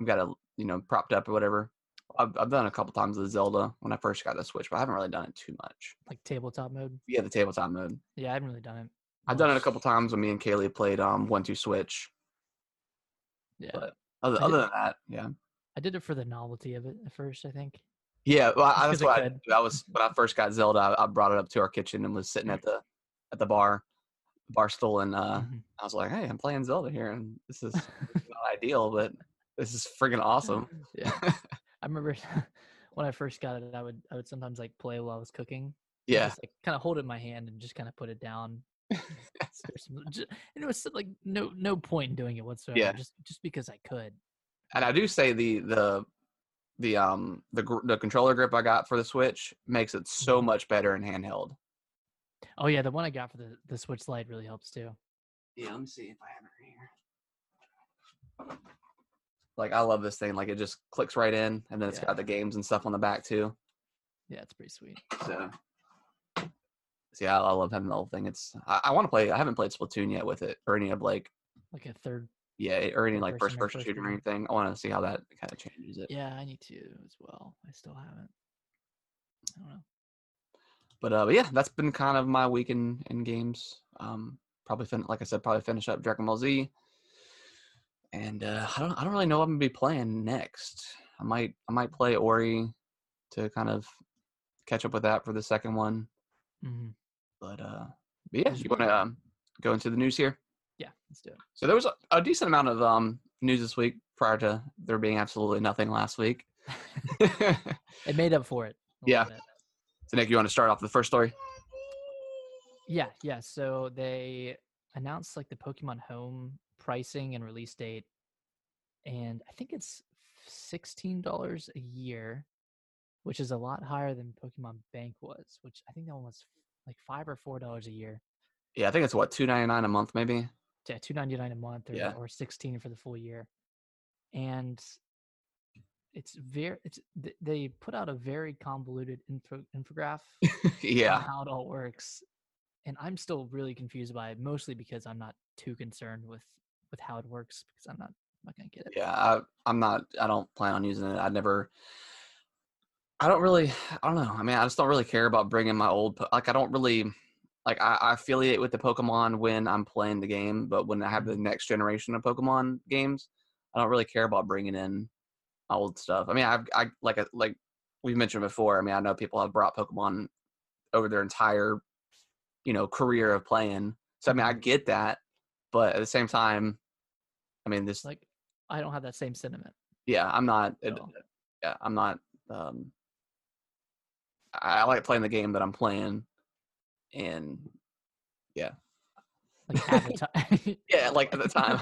[SPEAKER 1] I've got it you know propped up or whatever. I've I've done a couple times with Zelda when I first got the Switch, but I haven't really done it too much.
[SPEAKER 2] like tabletop mode.
[SPEAKER 1] Yeah, the tabletop mode.
[SPEAKER 2] Yeah, I haven't really done it.
[SPEAKER 1] I've done it a
[SPEAKER 2] much.
[SPEAKER 1] couple times when me and Kaylee played um one two switch.
[SPEAKER 2] Yeah,
[SPEAKER 1] but- Other,
[SPEAKER 2] I
[SPEAKER 1] other
[SPEAKER 2] did-
[SPEAKER 1] than that, yeah.
[SPEAKER 2] I did it for the novelty of it at first. I think.
[SPEAKER 1] Yeah, well, I,
[SPEAKER 2] Just
[SPEAKER 1] that's
[SPEAKER 2] 'cause I
[SPEAKER 1] why I,
[SPEAKER 2] could.
[SPEAKER 1] that was when I first got Zelda. I, I brought it up to our kitchen and was sitting at the at the bar bar stool, and uh,
[SPEAKER 2] Mhm.
[SPEAKER 1] I was like, "Hey, I'm playing Zelda here, and this is not ideal, but this is freaking [LAUGHS] awesome."
[SPEAKER 2] [LAUGHS] yeah, I remember [LAUGHS] when I first got it. I would I would sometimes like play while I was cooking. and
[SPEAKER 1] Yeah,
[SPEAKER 2] Just, like kind of hold it in my hand and just kind of put it down.
[SPEAKER 1] [LAUGHS]
[SPEAKER 2] So there's some- ju- and it was like no no point in doing it whatsoever.
[SPEAKER 1] Yeah.
[SPEAKER 2] Just just because I could.
[SPEAKER 1] and I do say the the the um the gr- the controller grip I got for the Switch makes it so
[SPEAKER 2] Mhm.
[SPEAKER 1] much better in handheld.
[SPEAKER 2] Oh yeah, the one I got for the the Switch Lite really helps too.
[SPEAKER 1] Yeah, let me see if I have it right here. Like I love this thing. Like it just clicks right in, and then it's
[SPEAKER 2] Yeah.
[SPEAKER 1] got the games and stuff on the back too.
[SPEAKER 2] Yeah, it's pretty sweet.
[SPEAKER 1] So, see, I, I love having the whole thing. It's I, I want to play. I haven't played Splatoon yet with it, or any of like
[SPEAKER 2] Like a third.
[SPEAKER 1] yeah, or any like
[SPEAKER 2] Third person or
[SPEAKER 1] first person
[SPEAKER 2] first
[SPEAKER 1] shooter or
[SPEAKER 2] person.
[SPEAKER 1] anything. I want to see how that kind of changes it.
[SPEAKER 2] Yeah, I need to as well. I still haven't. I don't know.
[SPEAKER 1] But uh, but yeah, that's been kind of my week in in games. Um, probably fin- like I said, probably finish up Dragon Ball Z. And uh, I don't I don't really know what I'm gonna be playing next. I might I might play Ori to kind of catch up with that for the second one.
[SPEAKER 2] Mm-hmm.
[SPEAKER 1] But uh, but yeah,
[SPEAKER 2] Just-
[SPEAKER 1] you want to um, go into the news here?
[SPEAKER 2] Yeah, let's do it.
[SPEAKER 1] So there was a, a decent amount of um, news this week prior to there being absolutely nothing last week. [LAUGHS] so
[SPEAKER 2] It made up for it. a
[SPEAKER 1] Yeah.
[SPEAKER 2] little bit.
[SPEAKER 1] Nick, you want to start off with the first story?
[SPEAKER 2] Yeah, yeah. So they announced like the Pokemon Home pricing and release date, and I think it's sixteen dollars a year, which is a lot higher than Pokemon Bank was, which I think that one was like five or four dollars a year.
[SPEAKER 1] Yeah, I think it's what two ninety nine a month, maybe. [LAUGHS]
[SPEAKER 2] Yeah, two ninety nine a month or,
[SPEAKER 1] Yeah.
[SPEAKER 2] or sixteen for the full year. And it's very it's th- they put out a very convoluted info, infograph on
[SPEAKER 1] yeah,
[SPEAKER 2] how it all works and i'm still really confused by it mostly because i'm not too concerned with with how it works because i'm not I'm not gonna get it
[SPEAKER 1] yeah. I, I'm not. I don't plan on using it. I never. I don't really. [SIGHS] I don't know. I mean, I just don't really care about bringing my old. po- Like, I don't really. Like, I, I affiliate with the Pokemon when I'm playing the game, but when I have the next generation of Pokemon games, I don't really care about bringing in old stuff. I mean, I've I like I- like we've mentioned before. I mean, I know people have brought Pokemon over their entire you know career of playing. So I mean, I get that, but at the same time, I mean, this
[SPEAKER 2] like I don't have that same sentiment.
[SPEAKER 1] yeah, I'm not
[SPEAKER 2] at
[SPEAKER 1] it-
[SPEAKER 2] all.
[SPEAKER 1] yeah, I'm not. Um, I, I like playing the game that I'm playing, and
[SPEAKER 2] Like at the time,
[SPEAKER 1] yeah, like at the time,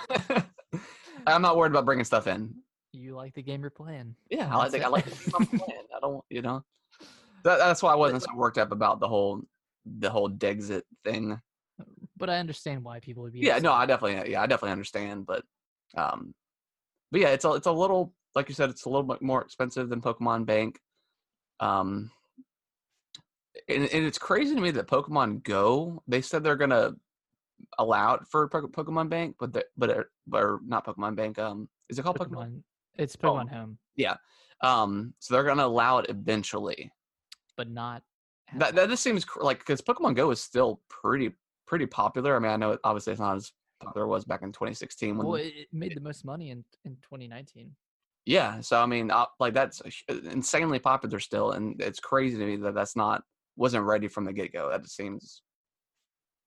[SPEAKER 1] [LAUGHS] I'm not worried about bringing stuff in.
[SPEAKER 2] [LAUGHS] you like the game you're playing.
[SPEAKER 1] Yeah,
[SPEAKER 2] and
[SPEAKER 1] I like.
[SPEAKER 2] that's
[SPEAKER 1] the- I
[SPEAKER 2] it. [LAUGHS]
[SPEAKER 1] like. the game I'm playing. I don't. You know, that, that's why I wasn't so worked up about the whole the whole Dexit thing.
[SPEAKER 2] but I understand why people would be.
[SPEAKER 1] Yeah, no,
[SPEAKER 2] upset.
[SPEAKER 1] I definitely. Yeah, I definitely understand, but, um, but yeah, it's a it's a little like you said, it's a little bit more expensive than Pokemon Bank. Um, and, and it's crazy to me that Pokemon Go they said they're gonna allow it for Poke- Pokemon Bank, but they're- but they're- or not Pokemon Bank. Um, is it called Pokemon?
[SPEAKER 2] Pokemon. It's
[SPEAKER 1] Oh.
[SPEAKER 2] Pokemon Home,
[SPEAKER 1] Um, so they're gonna allow it eventually.
[SPEAKER 2] but not. at
[SPEAKER 1] That
[SPEAKER 2] all.
[SPEAKER 1] that just seems cr- like because Pokemon Go is still pretty pretty popular. I mean, I know it, obviously it's not as popular as it was back in 2016 when
[SPEAKER 2] well, it, it made the most money in in 2019.
[SPEAKER 1] Yeah, so I mean, uh, like that's a sh- insanely popular still, and it's crazy to me that that's not wasn't ready from the get go. That just seems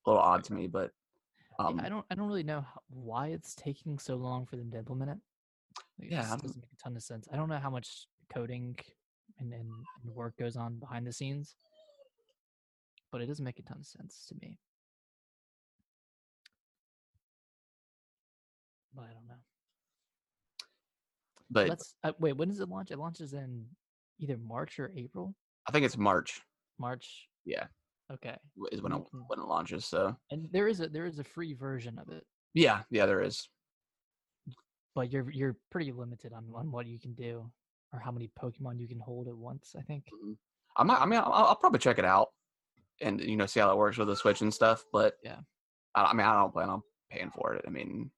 [SPEAKER 1] a little odd to me, but
[SPEAKER 2] Yeah,
[SPEAKER 1] um,
[SPEAKER 2] I don't. I don't really know how, why it's taking so long for them to implement it. Like, it
[SPEAKER 1] Yeah, I
[SPEAKER 2] just
[SPEAKER 1] don't-
[SPEAKER 2] doesn't make a ton of sense. I don't know how much coding and, and, and work goes on behind the scenes, but it doesn't make a ton of sense to me. But I don't know.
[SPEAKER 1] but
[SPEAKER 2] Let's uh, wait. When does it launch? It launches in either March or April.
[SPEAKER 1] I think it's March
[SPEAKER 2] March.
[SPEAKER 1] Yeah.
[SPEAKER 2] Okay.
[SPEAKER 1] w- is when it,
[SPEAKER 2] Mhm.
[SPEAKER 1] when it launches. So
[SPEAKER 2] And there is a there is a free version of it,
[SPEAKER 1] yeah, yeah, there is.
[SPEAKER 2] but you're you're pretty limited on, on what you can do or how many Pokemon you can hold at once. I think.
[SPEAKER 1] Mhm. I might, I mean, I'll, I'll probably check it out and you know see how it works with the Switch and stuff. But
[SPEAKER 2] Yeah.
[SPEAKER 1] I, I mean, I don't plan on paying for it. I mean,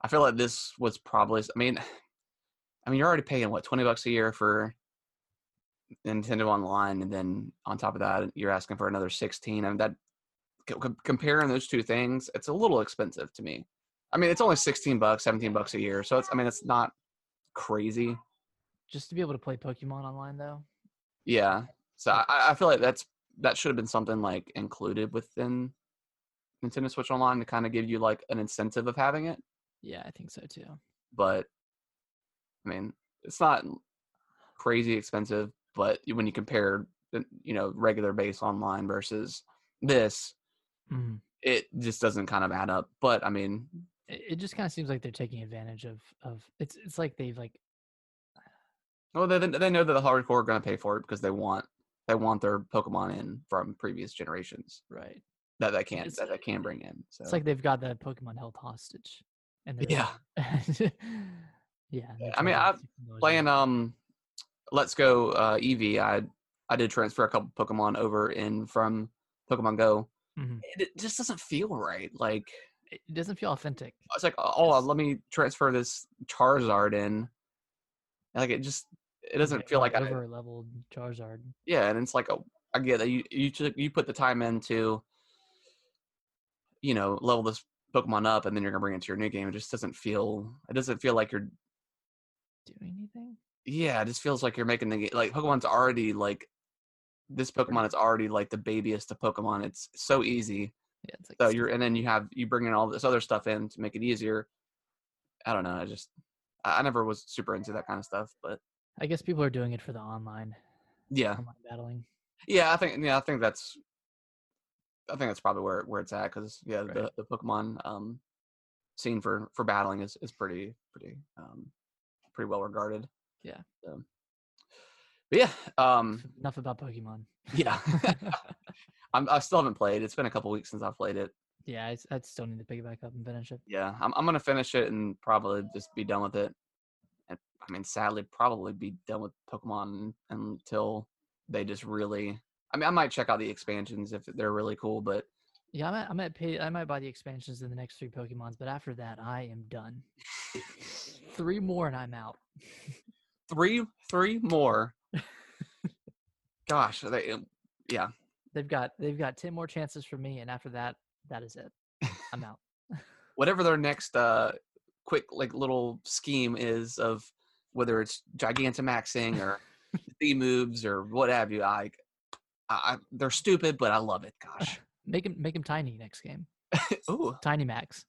[SPEAKER 1] I feel like this was probably. s- I mean, [SIGHS] I mean, you're already paying what twenty bucks a year for Nintendo Online, and then on top of that, you're asking for another sixteen. I mean, that c- c- comparing those two things, it's a little expensive to me. I mean, it's only sixteen bucks, seventeen bucks a year, so it's. I mean, it's not crazy.
[SPEAKER 2] Just to be able to play Pokemon online though,
[SPEAKER 1] Yeah. So I, I feel like that's that should have been something like included within Nintendo Switch Online to kind of give you like an incentive of having it.
[SPEAKER 2] yeah, I think so too.
[SPEAKER 1] But I mean, it's not crazy expensive, but you- when you compare the you know regular base online versus this,
[SPEAKER 2] Mm.
[SPEAKER 1] it just doesn't kind of add up. But I mean,
[SPEAKER 2] It, it just kind of seems like they're taking advantage of of it's it's like they've like
[SPEAKER 1] well, they they know that the hardcore are going to pay for it because they want they want their Pokemon in from previous generations
[SPEAKER 2] right.
[SPEAKER 1] that they can
[SPEAKER 2] It's-
[SPEAKER 1] that they can bring in. So
[SPEAKER 2] It's like they've got the Pokemon held hostage. And they're [LAUGHS]
[SPEAKER 1] Yeah.
[SPEAKER 2] like- yeah. and they're
[SPEAKER 1] I mean,
[SPEAKER 2] trying to
[SPEAKER 1] I've
[SPEAKER 2] keep them those
[SPEAKER 1] playing
[SPEAKER 2] out.
[SPEAKER 1] um let's go uh eevee i i did transfer a couple pokemon over in from pokemon go
[SPEAKER 2] Mhm.
[SPEAKER 1] it, it just doesn't feel right like
[SPEAKER 2] It it doesn't feel authentic.
[SPEAKER 1] it's like oh
[SPEAKER 2] Yes.
[SPEAKER 1] let me transfer this charizard in like it just it doesn't feel like I,
[SPEAKER 2] over leveled Charizard.
[SPEAKER 1] yeah and it's like a, i get that you you, took, you put the time in to you know level this pokemon up and then you're gonna bring it to your new game it just doesn't feel it doesn't feel like you're
[SPEAKER 2] Do anything?
[SPEAKER 1] yeah, it just feels like you're making the game like Pokemon's already like this Pokemon is already like the babyest of Pokemon. It's so easy.
[SPEAKER 2] Yeah, it's like
[SPEAKER 1] So you're and then you have you bring in all this other stuff in to make it easier. I don't know. I just I I never was super into that kind of stuff, but
[SPEAKER 2] I guess people are doing it for the online
[SPEAKER 1] yeah,
[SPEAKER 2] online battling.
[SPEAKER 1] yeah. I think yeah, I think that's I think that's probably where where it's at because yeah,
[SPEAKER 2] Right.
[SPEAKER 1] the the Pokemon um scene for for battling is is pretty pretty um pretty well regarded.
[SPEAKER 2] Yeah.
[SPEAKER 1] So. But yeah, um, [LAUGHS]
[SPEAKER 2] Enough about Pokemon.
[SPEAKER 1] Yeah. I'm, I still haven't played. It's been a couple weeks since I played it.
[SPEAKER 2] yeah, I, s- I still need to pick it back up and finish it.
[SPEAKER 1] Yeah, I'm, I'm gonna finish it and probably just be done with it. And I mean, sadly, probably be done with Pokemon until they just really. I mean, I might check out the expansions if they're really cool, but
[SPEAKER 2] Yeah, I might, I might pay. I might buy the expansions in the next three Pokemons, but after that, I am done. three more and I'm out.
[SPEAKER 1] three, three more. Gosh, they, yeah,
[SPEAKER 2] They've got they've got ten more chances for me, and after that, that is it. I'm out.
[SPEAKER 1] whatever their next uh quick like little scheme is of whether it's Gigantamaxing [LAUGHS] or Z moves or what have you. I, I, I- they're stupid, but I love it. Gosh.
[SPEAKER 2] Make him make him tiny next game.
[SPEAKER 1] [LAUGHS] Ooh,
[SPEAKER 2] Tiny max.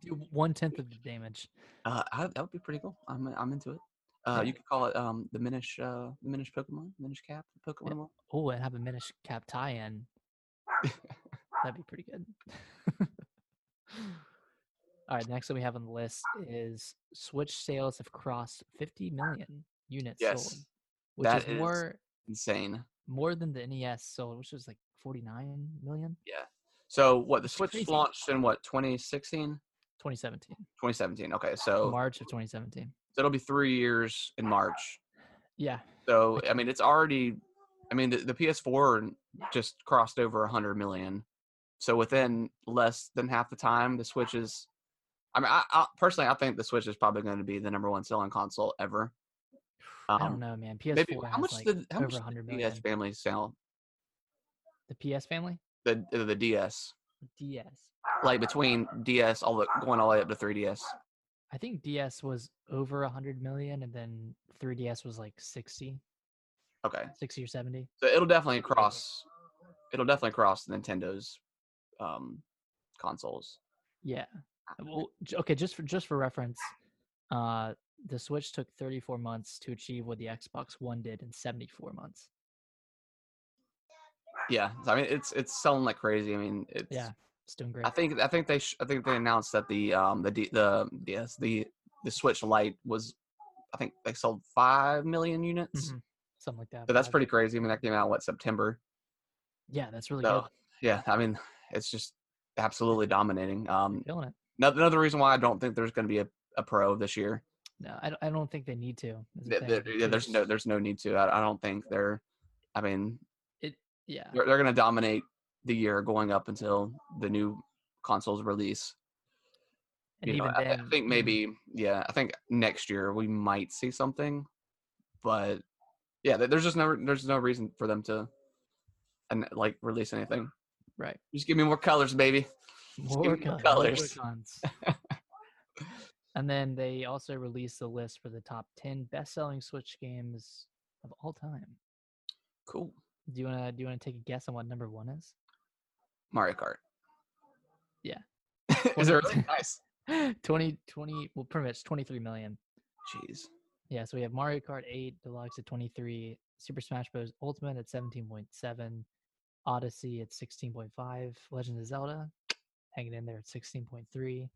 [SPEAKER 2] Do one tenth of the damage.
[SPEAKER 1] uh, I, that would be pretty cool. I'm, I'm into it. Uh,
[SPEAKER 2] Yeah.
[SPEAKER 1] you could call it um, the Minish, uh, the Minish Pokemon, Minish Cap, the Pokemon. one.
[SPEAKER 2] Oh, and have a Minish Cap tie-in. That'd be pretty good. All right, next one we have on the list is Switch sales have crossed 50 million units sold,
[SPEAKER 1] Yes,
[SPEAKER 2] which
[SPEAKER 1] that
[SPEAKER 2] is,
[SPEAKER 1] is-
[SPEAKER 2] more
[SPEAKER 1] Insane.
[SPEAKER 2] more than the NES sold, which was like 49 million,
[SPEAKER 1] So what the
[SPEAKER 2] That's
[SPEAKER 1] Switch
[SPEAKER 2] crazy.
[SPEAKER 1] launched in what 2016,
[SPEAKER 2] 2017,
[SPEAKER 1] 2017. Okay, so
[SPEAKER 2] March of 2017.
[SPEAKER 1] so it'll be three years in March.
[SPEAKER 2] Yeah,
[SPEAKER 1] So I mean, it's already. I mean, the, the PS4 just crossed over 100 million. So within less than half the time, the Switch is. I mean, I, I personally, I think the Switch is probably going to be the number one selling console ever.
[SPEAKER 2] I
[SPEAKER 1] Um,
[SPEAKER 2] don't know, man. PS4
[SPEAKER 1] Maybe how
[SPEAKER 2] has
[SPEAKER 1] much
[SPEAKER 2] like
[SPEAKER 1] did how
[SPEAKER 2] over
[SPEAKER 1] much
[SPEAKER 2] 100
[SPEAKER 1] did the E
[SPEAKER 2] million.
[SPEAKER 1] DS family sell?
[SPEAKER 2] The PS family,
[SPEAKER 1] The the the DS
[SPEAKER 2] DS.
[SPEAKER 1] like between DS all the going all the way up to 3DS.
[SPEAKER 2] I think DS was over 100 million, and then 3DS was like 60,
[SPEAKER 1] Okay,
[SPEAKER 2] 60 or 70.
[SPEAKER 1] so it'll definitely cross. It'll definitely cross Nintendo's um, consoles.
[SPEAKER 2] Yeah.
[SPEAKER 1] Ah,
[SPEAKER 2] Well, j- okay. Just for just for reference, uh, the Switch took 34 months to achieve what the Xbox One did in 74 months.
[SPEAKER 1] Yeah, I mean it's it's selling like crazy. I mean it's
[SPEAKER 2] Yeah, it's doing great.
[SPEAKER 1] I think I think they sh- I think they announced that the um the D- the yes the the Switch Lite was I think they sold five million units.
[SPEAKER 2] Mhm, something like that.
[SPEAKER 1] So that's
[SPEAKER 2] five.
[SPEAKER 1] pretty crazy. I mean that came out what September.
[SPEAKER 2] Yeah, that's really
[SPEAKER 1] so
[SPEAKER 2] good.
[SPEAKER 1] yeah, I mean it's just absolutely dominating. Um,
[SPEAKER 2] Feeling it.
[SPEAKER 1] another, another reason why I don't think there's going to be a, a pro this year.
[SPEAKER 2] No, I, don't- I don't think they need to. is
[SPEAKER 1] Th-
[SPEAKER 2] the thing.
[SPEAKER 1] th- yeah,
[SPEAKER 2] They
[SPEAKER 1] there's
[SPEAKER 2] just-
[SPEAKER 1] no there's no need to. I, I don't think they're. I mean
[SPEAKER 2] It, yeah.
[SPEAKER 1] they're, they're going to dominate the year going up until the new consoles release.
[SPEAKER 2] And
[SPEAKER 1] you know,
[SPEAKER 2] even
[SPEAKER 1] I, I
[SPEAKER 2] then,
[SPEAKER 1] think
[SPEAKER 2] even-
[SPEAKER 1] maybe yeah, I think next year we might see something, but yeah, there- there's just no there's no reason for them to and like release anything.
[SPEAKER 2] right.
[SPEAKER 1] Just give me more colors, baby. Just give
[SPEAKER 2] More
[SPEAKER 1] me more
[SPEAKER 2] guns, more
[SPEAKER 1] colours. [LAUGHS]
[SPEAKER 2] guns. and then they also released the list for the top 10 best-selling Switch games of all time.
[SPEAKER 1] Cool.
[SPEAKER 2] Do you wanna do you wanna take a guess on what number one is?
[SPEAKER 1] Mario Kart.
[SPEAKER 2] Yeah.
[SPEAKER 1] [LAUGHS] Is it
[SPEAKER 2] Well, [LAUGHS]
[SPEAKER 1] really nice?
[SPEAKER 2] 20, 20, well, pretty much 23 million.
[SPEAKER 1] Jeez.
[SPEAKER 2] Yeah, so we have Mario Kart 8 Deluxe at 23, Super Smash Bros. Ultimate at 17.7, Odyssey at 16.5, Legend of Zelda hanging in there at 16.3,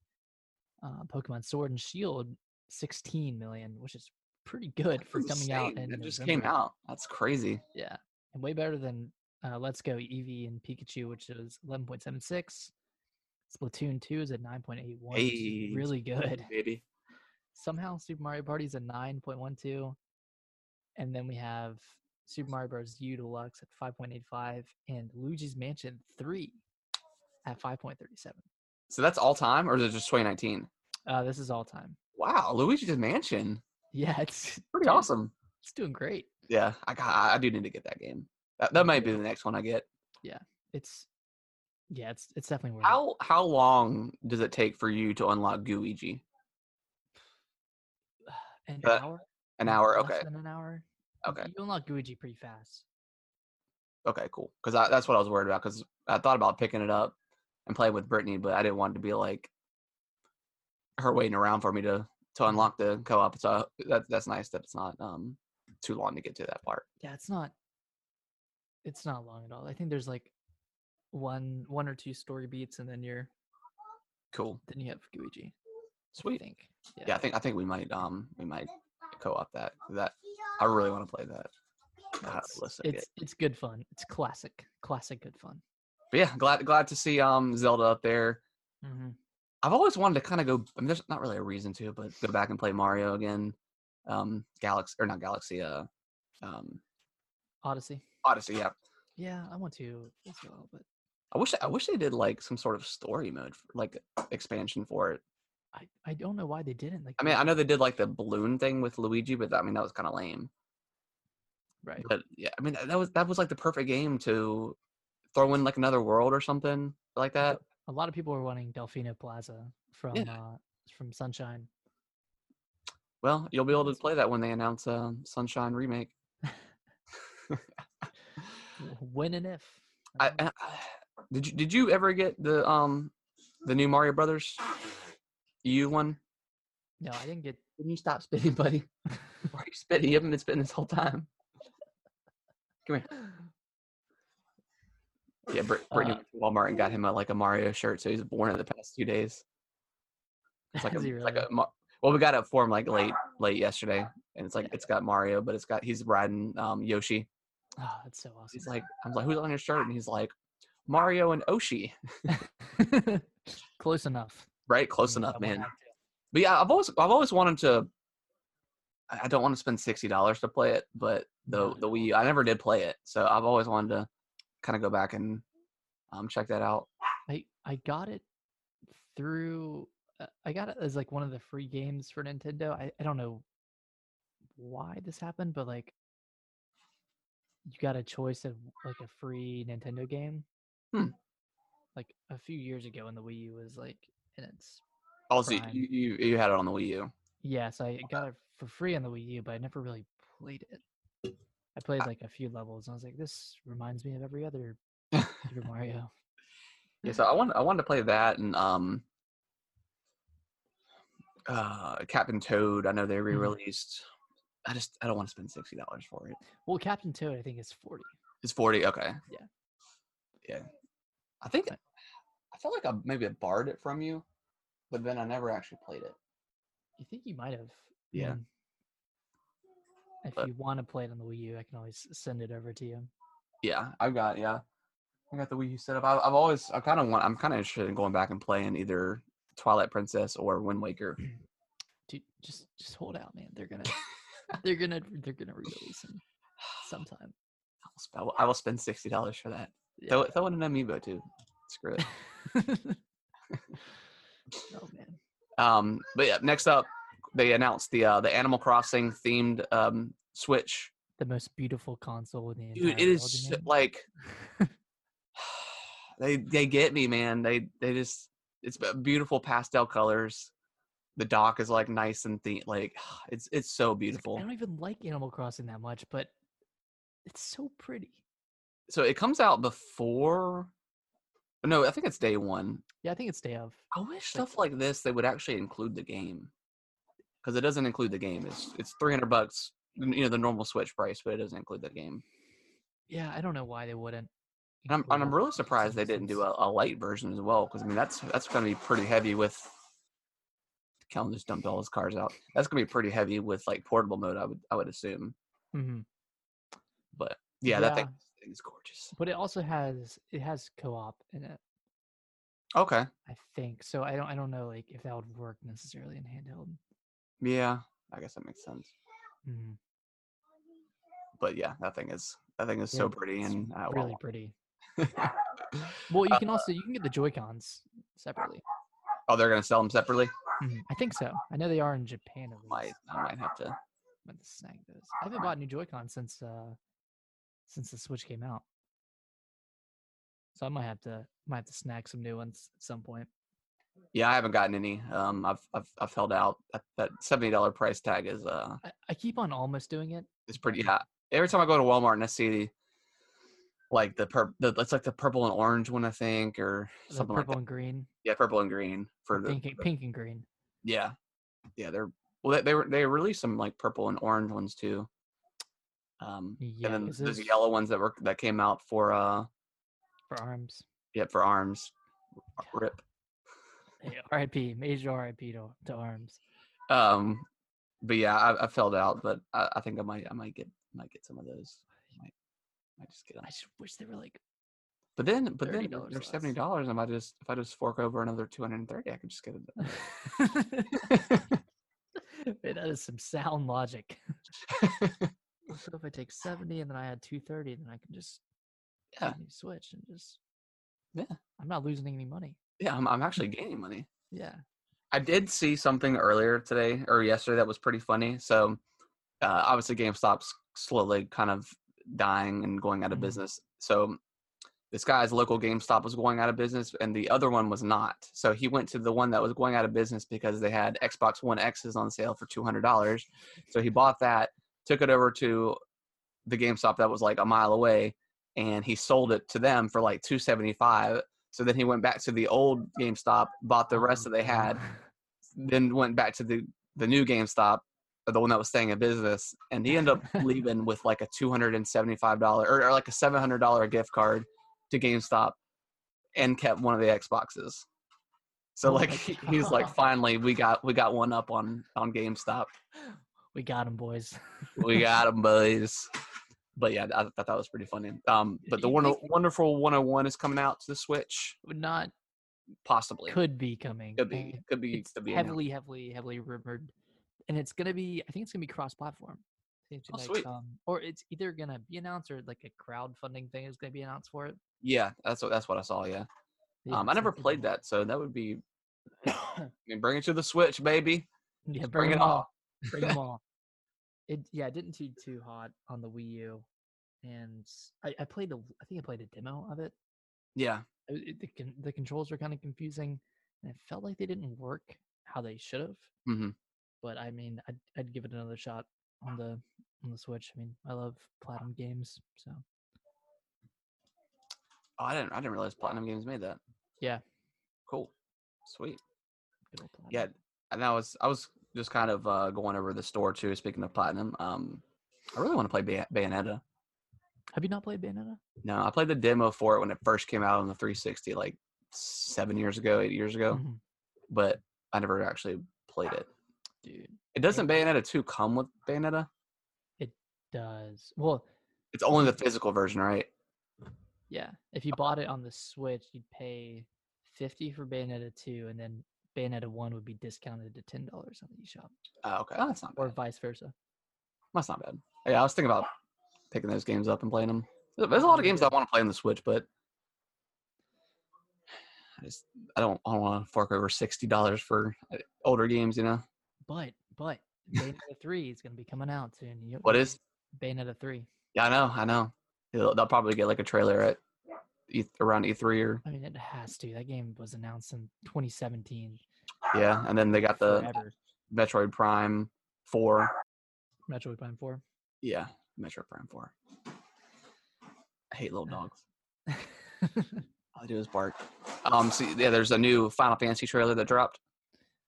[SPEAKER 2] uh, Pokemon Sword and Shield 16 million, which is pretty good
[SPEAKER 1] That's
[SPEAKER 2] for coming out.
[SPEAKER 1] insane.
[SPEAKER 2] in
[SPEAKER 1] That just came
[SPEAKER 2] November.
[SPEAKER 1] out. That's crazy.
[SPEAKER 2] Yeah, and way better than uh, Let's Go Eevee and Pikachu, which is 11.76. Splatoon 2 is at 9.81, which is
[SPEAKER 1] Hey,
[SPEAKER 2] really good. [LAUGHS]
[SPEAKER 1] baby.
[SPEAKER 2] Somehow Super Mario Party's at 9.12, and then we have Super Mario Bros. U Deluxe at 5.85, and Luigi's Mansion 3 at 5.37.
[SPEAKER 1] So that's all time, or is it just 2019?
[SPEAKER 2] Uh, this is all time. [LAUGHS]
[SPEAKER 1] Wow, Luigi's Mansion.
[SPEAKER 2] Yeah, it's
[SPEAKER 1] Pretty
[SPEAKER 2] dude,
[SPEAKER 1] awesome.
[SPEAKER 2] It's doing great.
[SPEAKER 1] Yeah, I got, I do need to get that game. That, that might be the next one I get.
[SPEAKER 2] It's yeah, it's it's definitely worth it.
[SPEAKER 1] How how long does it take for you to unlock Guigi?
[SPEAKER 2] an
[SPEAKER 1] uh,
[SPEAKER 2] hour.
[SPEAKER 1] An
[SPEAKER 2] maybe
[SPEAKER 1] hour?
[SPEAKER 2] less
[SPEAKER 1] Okay,
[SPEAKER 2] than an hour.
[SPEAKER 1] okay,
[SPEAKER 2] You unlock Luigi pretty fast.
[SPEAKER 1] okay, cool. Because that's what I was worried about. Because I thought about picking it up and playing with Brittany, but I didn't want it to be like her waiting around for me to to unlock the co-op. So that that's nice that it's not um too long to get to that part.
[SPEAKER 2] Yeah, it's not. It's not long at all. I think there's like one one or two story beats, and then you're
[SPEAKER 1] Cool,
[SPEAKER 2] then you have Guigi. I
[SPEAKER 1] sweet.
[SPEAKER 2] think.
[SPEAKER 1] Yeah, I think I think we might um we might co-op that. That I really want to play that. I have to listen. to it.
[SPEAKER 2] It's it's good fun. It's classic, classic good fun.
[SPEAKER 1] But yeah, glad glad to see um Zelda up there. Mm-hmm. I've always wanted to kind of go. I mean, there's not really a reason to, but go back and play Mario again. Um, Galaxy or not Galaxy? Uh, um,
[SPEAKER 2] Odyssey.
[SPEAKER 1] Odyssey. Yeah,
[SPEAKER 2] Yeah, I want to as well, but
[SPEAKER 1] I wish I wish they did like some sort of story mode, for, like expansion for it.
[SPEAKER 2] I I don't know why they didn't. Like,
[SPEAKER 1] I mean,
[SPEAKER 2] they-
[SPEAKER 1] I know they did like the balloon thing with Luigi, but I mean that was kind of lame.
[SPEAKER 2] right?
[SPEAKER 1] But yeah, I mean that that was that was like the perfect game to throw in like another world or something like that.
[SPEAKER 2] A lot of people were wanting Delfino Plaza from uh, from Sunshine.
[SPEAKER 1] Well, you'll be able to play that when they announce um, Sunshine remake.
[SPEAKER 2] W- When and if.
[SPEAKER 1] I,
[SPEAKER 2] um, don't know.
[SPEAKER 1] I, did you did you ever get the um the new Mario Brothers? You one?
[SPEAKER 2] no, I didn't get.
[SPEAKER 1] Can you stop spitting, buddy? [LAUGHS] Why are you spitting? You haven't been spitting this whole time. Yeah, Brit- Brittany
[SPEAKER 2] Uh,
[SPEAKER 1] went to Walmart and got him a, like a Mario shirt, so he's born in the past two days. It's like a,
[SPEAKER 2] Is he
[SPEAKER 1] it's like
[SPEAKER 2] really?
[SPEAKER 1] a Ma- well, we got it for him like late late yesterday, and it's like it's got Mario, but it's got he's riding um Yoshi.
[SPEAKER 2] Oh, that's so awesome.
[SPEAKER 1] He's like, I'm like, who's on your shirt? And he's like, Mario and Oshi.
[SPEAKER 2] [LAUGHS] Close enough.
[SPEAKER 1] Right, close
[SPEAKER 2] Mm,
[SPEAKER 1] enough,
[SPEAKER 2] I
[SPEAKER 1] man.
[SPEAKER 2] wanna-
[SPEAKER 1] But yeah, I've always I've always wanted to. I I don't want to spend sixty dollars to play it, but the
[SPEAKER 2] No,
[SPEAKER 1] the Wii U, I never did play it, so I've always wanted to kind of go back and um check that out.
[SPEAKER 2] I I got it through. uh, I got it as like one of the free games for Nintendo. I, I don't know why this happened, but like you got a choice of like a free Nintendo game.
[SPEAKER 1] Hmm.
[SPEAKER 2] Like a few years ago, when the Wii U was like in its
[SPEAKER 1] Also,
[SPEAKER 2] Prime.
[SPEAKER 1] you, you you had it on the Wii U.
[SPEAKER 2] yeah, so I got it for free on the Wii U, but I never really played it. I played like a few levels, and I was like, "This reminds me of every other Super Mario."
[SPEAKER 1] Yeah, so I
[SPEAKER 2] Mm-hmm.
[SPEAKER 1] want I wanted to play that and um uh Captain Toad. I know
[SPEAKER 2] Mm-hmm.
[SPEAKER 1] they re-released. I just I don't want to spend sixty dollars for it.
[SPEAKER 2] Well, Captain Toad, I think is forty.
[SPEAKER 1] It's forty. Okay.
[SPEAKER 2] Yeah.
[SPEAKER 1] Yeah. I think I felt like I maybe borrowed it from you, but then I never actually played it.
[SPEAKER 2] You think you might have?
[SPEAKER 1] Yeah.
[SPEAKER 2] Mm. If
[SPEAKER 1] But-
[SPEAKER 2] you want to play it on the Wii U, I can always send it over to you.
[SPEAKER 1] Yeah, I've got yeah, I got the Wii U set up. I, I've always I kind of want I'm kind of interested in going back and playing either Twilight Princess or Wind Waker.
[SPEAKER 2] Dude, just just hold out, man.
[SPEAKER 1] [LAUGHS]
[SPEAKER 2] They're gonna they're gonna they're gonna re-release them sometime. [LAUGHS]
[SPEAKER 1] I'll sp- I will, I will spend sixty dollars for that. Throw, it- throw in an amiibo too. Screw it.
[SPEAKER 2] oh man.
[SPEAKER 1] Um, but yeah, next up, they announced the uh, the Animal Crossing themed um, Switch.
[SPEAKER 2] The most beautiful console in the entire
[SPEAKER 1] Dude, it
[SPEAKER 2] world,
[SPEAKER 1] is so-
[SPEAKER 2] you mean? [LAUGHS]
[SPEAKER 1] like [SIGHS] they they get me, man. They they just it's b- beautiful pastel colors. The dock is like nice and the like [SIGHS] it's it's so
[SPEAKER 2] It's like,
[SPEAKER 1] beautiful.
[SPEAKER 2] I don't even like Animal Crossing that much, but it's so pretty.
[SPEAKER 1] So it comes out before. No, I think it's day one.
[SPEAKER 2] Yeah, I think it's day of.
[SPEAKER 1] I wish
[SPEAKER 2] Like-
[SPEAKER 1] stuff like this they would actually include the game, because it doesn't include the game. It's it's three hundred bucks, n- you know, the normal Switch price, but it doesn't include the game.
[SPEAKER 2] Yeah, I don't know why they wouldn't.
[SPEAKER 1] And I'm, and I'm
[SPEAKER 2] include it.
[SPEAKER 1] really
[SPEAKER 2] It's just
[SPEAKER 1] surprised they didn't do
[SPEAKER 2] nonsense.
[SPEAKER 1] a, a light version as well, because I mean that's that's going to be pretty heavy with. Kellen just dumped all his cars out. That's going to be pretty heavy with like portable mode. I would I would assume,
[SPEAKER 2] Mhm.
[SPEAKER 1] but yeah, that thing,
[SPEAKER 2] Yeah.
[SPEAKER 1] thing is gorgeous.
[SPEAKER 2] But it also has it has co-op in it.
[SPEAKER 1] Okay,
[SPEAKER 2] I think so. I don't. I don't know, like if that would work necessarily in handheld.
[SPEAKER 1] yeah, I guess that makes sense.
[SPEAKER 2] Mm,
[SPEAKER 1] But yeah, that thing is that thing is
[SPEAKER 2] Yeah,
[SPEAKER 1] so
[SPEAKER 2] but
[SPEAKER 1] pretty
[SPEAKER 2] it's
[SPEAKER 1] and uh, I
[SPEAKER 2] really
[SPEAKER 1] really. [LAUGHS]
[SPEAKER 2] pretty. Well, you can also you can get the Joy Cons separately.
[SPEAKER 1] oh, they're going to sell them separately.
[SPEAKER 2] Mhm, I think so. I know they are in Japan at least.
[SPEAKER 1] Mm-hmm. Might I might have to.
[SPEAKER 2] I'm gonna snag those. I haven't bought new Joy Cons since uh since the Switch came out, so I might have to might have to snag some new ones at some point.
[SPEAKER 1] Yeah, I haven't gotten any. Um, I've I've I've held out. That, that seventy dollar price tag is uh
[SPEAKER 2] I, I keep on almost doing it.
[SPEAKER 1] is pretty high. Every time I go to Walmart and I see like the purple, the, it's like the purple and orange one, I think, or
[SPEAKER 2] The
[SPEAKER 1] something
[SPEAKER 2] purple
[SPEAKER 1] like that.
[SPEAKER 2] and green,
[SPEAKER 1] Yeah, purple and green for the,
[SPEAKER 2] pink, and-
[SPEAKER 1] the-
[SPEAKER 2] pink and green.
[SPEAKER 1] yeah, yeah. They're well, they they, were, they released some like purple and orange ones too. Um,
[SPEAKER 2] Yeah,
[SPEAKER 1] and then
[SPEAKER 2] 'cause
[SPEAKER 1] there's
[SPEAKER 2] those-
[SPEAKER 1] yellow ones that were that came out for uh
[SPEAKER 2] for arms.
[SPEAKER 1] yeah for arms, rip.
[SPEAKER 2] Yeah, R.I.P. Major R.I.P. to, to arms.
[SPEAKER 1] Um, but yeah, I, I filled out, but I, I think I might, I might get, might get some of those. Might, might just get them.
[SPEAKER 2] I just wish they were [LAUGHS] like
[SPEAKER 1] But then, but then they're
[SPEAKER 2] $30
[SPEAKER 1] they're
[SPEAKER 2] less.
[SPEAKER 1] seventy dollars, and I just, if I just fork over another two hundred and thirty, I could just get it.
[SPEAKER 2] Man, that is some sound logic. [LAUGHS] so if I take seventy and then I add two thirty, then I can just
[SPEAKER 1] Yeah.
[SPEAKER 2] get a new switch and just
[SPEAKER 1] Yeah.
[SPEAKER 2] I'm not losing any money.
[SPEAKER 1] Yeah, I'm, I'm actually gaining money.
[SPEAKER 2] Yeah,
[SPEAKER 1] I did see something earlier today or yesterday that was pretty funny. So, uh, obviously, GameStop's slowly kind of dying and going out of
[SPEAKER 2] Mhm.
[SPEAKER 1] business. So, this guy's local GameStop was going out of business and the other one was not. So he went to the one that was going out of business because they had Xbox One X's on sale for $200. So he bought that, took it over to the GameStop that was like a mile away and he sold it to them for like 275. So then he went back to the old GameStop, bought the
[SPEAKER 2] Oh,
[SPEAKER 1] rest that they had, then went back to the the new GameStop, or the one that was staying in business, and he ended
[SPEAKER 2] [LAUGHS]
[SPEAKER 1] up leaving with like a two hundred and seventy five dollar or, or like a seven hundred dollar gift card to GameStop, and kept one of the Xboxes. So
[SPEAKER 2] Oh
[SPEAKER 1] like
[SPEAKER 2] my
[SPEAKER 1] he- he's like,
[SPEAKER 2] God.
[SPEAKER 1] finally we got we got one up on on GameStop.
[SPEAKER 2] [LAUGHS] We got him, boys.
[SPEAKER 1] We got him, boys. But yeah, I thought that was pretty funny. Um, but the
[SPEAKER 2] You
[SPEAKER 1] Wonder,
[SPEAKER 2] think-
[SPEAKER 1] Wonderful 101 is coming out to the Switch,
[SPEAKER 2] Would Not
[SPEAKER 1] possibly. Could,
[SPEAKER 2] could be coming.
[SPEAKER 1] be.
[SPEAKER 2] and
[SPEAKER 1] Could be.
[SPEAKER 2] It's
[SPEAKER 1] Could be. announced.
[SPEAKER 2] heavily, heavily, heavily rumored, and it's gonna be. I think it's gonna be cross-platform. Seems to
[SPEAKER 1] Oh, sweet.
[SPEAKER 2] um, or it's either gonna be announced or like a crowdfunding thing is gonna be announced for it.
[SPEAKER 1] Yeah, that's what that's what I saw. Yeah.
[SPEAKER 2] Yeah,
[SPEAKER 1] Um, I
[SPEAKER 2] so
[SPEAKER 1] never
[SPEAKER 2] it's gonna
[SPEAKER 1] played
[SPEAKER 2] be-
[SPEAKER 1] that, so that would
[SPEAKER 2] [COUGHS]
[SPEAKER 1] be. I mean, bring it to the Switch, baby.
[SPEAKER 2] [LAUGHS] Yeah, bring,
[SPEAKER 1] Bring it
[SPEAKER 2] them
[SPEAKER 1] all.
[SPEAKER 2] all.
[SPEAKER 1] [LAUGHS]
[SPEAKER 2] Bring them all. It yeah, it didn't do too hot on the Wii U, and I, I played a I think I played a demo of it.
[SPEAKER 1] Yeah.
[SPEAKER 2] It- it- the con- the controls were kind of confusing, and it felt like they didn't work how they should have.
[SPEAKER 1] hmm
[SPEAKER 2] But I mean, I'd, I'd give it another shot on the on the Switch. I mean, I love platinum games, so
[SPEAKER 1] Oh, I didn't. I didn't realize Platinum Games made that.
[SPEAKER 2] Yeah.
[SPEAKER 1] Cool. Sweet.
[SPEAKER 2] good old platinum.
[SPEAKER 1] Yeah, and that was. I was just kind of uh, going over the store too. Speaking of Platinum, um, I really want to play Bay- Bayonetta.
[SPEAKER 2] Have you not played Bayonetta?
[SPEAKER 1] No, I played the demo for it when it first came out on the 360, like seven years ago, eight years ago.
[SPEAKER 2] Mhm.
[SPEAKER 1] But I never actually played it.
[SPEAKER 2] Dude,
[SPEAKER 1] It doesn't Bayonetta 2 come with Bayonetta?
[SPEAKER 2] does well,
[SPEAKER 1] It's only the physical version, right?
[SPEAKER 2] yeah. If you bought it on the Switch, you'd pay fifty for Bayonetta two, and then Bayonetta one would be discounted to ten dollars on the eShop,
[SPEAKER 1] Oh, okay, oh, that's not
[SPEAKER 2] or
[SPEAKER 1] bad.
[SPEAKER 2] vice versa.
[SPEAKER 1] That's not bad. Yeah, I was thinking about picking those games up and playing them. There's a lot of games that I want to play on the Switch, but I just I don't I don't want to fork over sixty dollars for uh, older games. You know
[SPEAKER 2] But but
[SPEAKER 1] [LAUGHS]
[SPEAKER 2] Bayonetta three is gonna be coming out soon. You-
[SPEAKER 1] what
[SPEAKER 2] you-
[SPEAKER 1] is?
[SPEAKER 2] Bayonetta three?
[SPEAKER 1] Yeah, I know, I know. They'll, they'll probably get like a trailer at e, around E3 or
[SPEAKER 2] I mean, it has to. That game was announced in 2017.
[SPEAKER 1] yeah, and then they got the
[SPEAKER 2] forever.
[SPEAKER 1] Metroid Prime Four.
[SPEAKER 2] Metroid Prime Four. [LAUGHS]
[SPEAKER 1] Yeah, Metroid Prime Four. I hate little dogs. All they do is bark. Um, so yeah, there's a new Final Fantasy trailer that dropped.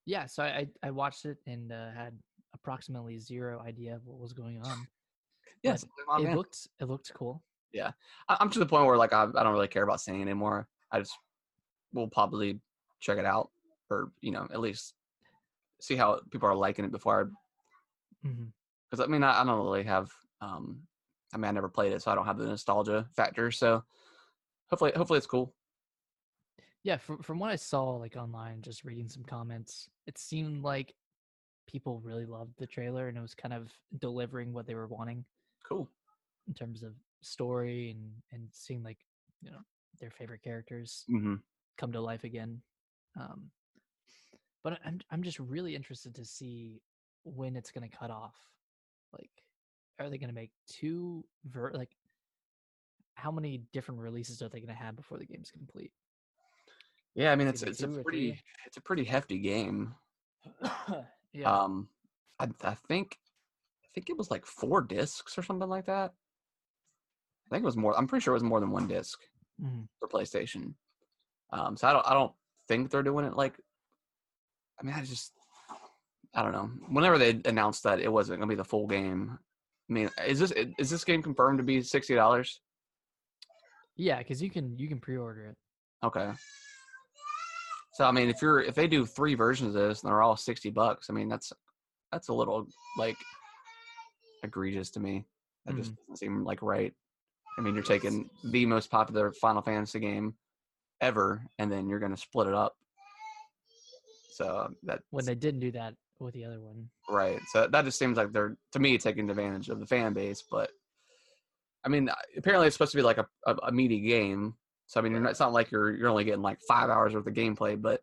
[SPEAKER 2] yeah, so I I- I watched it and uh, had approximately zero idea of what was going
[SPEAKER 1] [SIGHS]
[SPEAKER 2] on.
[SPEAKER 1] Yes, Final
[SPEAKER 2] it
[SPEAKER 1] Fan-
[SPEAKER 2] looked it looked cool.
[SPEAKER 1] I- I'm to the point where like I, I don't really care about seeing it anymore. I just will probably check it out or you know at least see how people are liking it before.
[SPEAKER 2] hmm
[SPEAKER 1] Because I mean I, I don't really have um I mean I never played it so I don't have the nostalgia factor. So hopefully hopefully it's cool.
[SPEAKER 2] Yeah, from from what I saw like online, just reading some comments, it seemed like people really loved the trailer and it was kind of delivering what they were wanting.
[SPEAKER 1] Cool.
[SPEAKER 2] in terms of story and and seeing like you know their favorite characters
[SPEAKER 1] Mm-hmm.
[SPEAKER 2] come to life again um but I- i'm i'm just really interested to see when it's going to cut off like are they going to make two ver like how many different releases are they going to have before the game's complete
[SPEAKER 1] Yeah, I mean it's
[SPEAKER 2] Maybe
[SPEAKER 1] it's a
[SPEAKER 2] two or
[SPEAKER 1] pretty
[SPEAKER 2] three.
[SPEAKER 1] it's a pretty hefty game.
[SPEAKER 2] yeah
[SPEAKER 1] Um, I, I think I think it was like four discs or something like that. I think it was more. I'm pretty sure it was more than one disc
[SPEAKER 2] Mhm.
[SPEAKER 1] for PlayStation. Um, so I don't I don't think they're doing it like. I mean, I just I don't know. Whenever they announced that it wasn't gonna be the full game, I mean, is this i- is this game confirmed to be sixty dollars?
[SPEAKER 2] yeah because you can you can pre-order it
[SPEAKER 1] Okay. So I mean, if you're if they do three versions of this and they're all sixty bucks, I mean that's that's a little like egregious to me. That just doesn't seem like right. I mean, you're taking the most popular Final Fantasy game ever, and then you're going to split it up. So that
[SPEAKER 2] when they didn't do that with the other one
[SPEAKER 1] Right. So that just seems like they're to me taking advantage of the fan base, but I mean, apparently it's supposed to be like a, a, a meaty game. So I mean, you're not, it's not like you're you're only getting like five hours worth of gameplay, but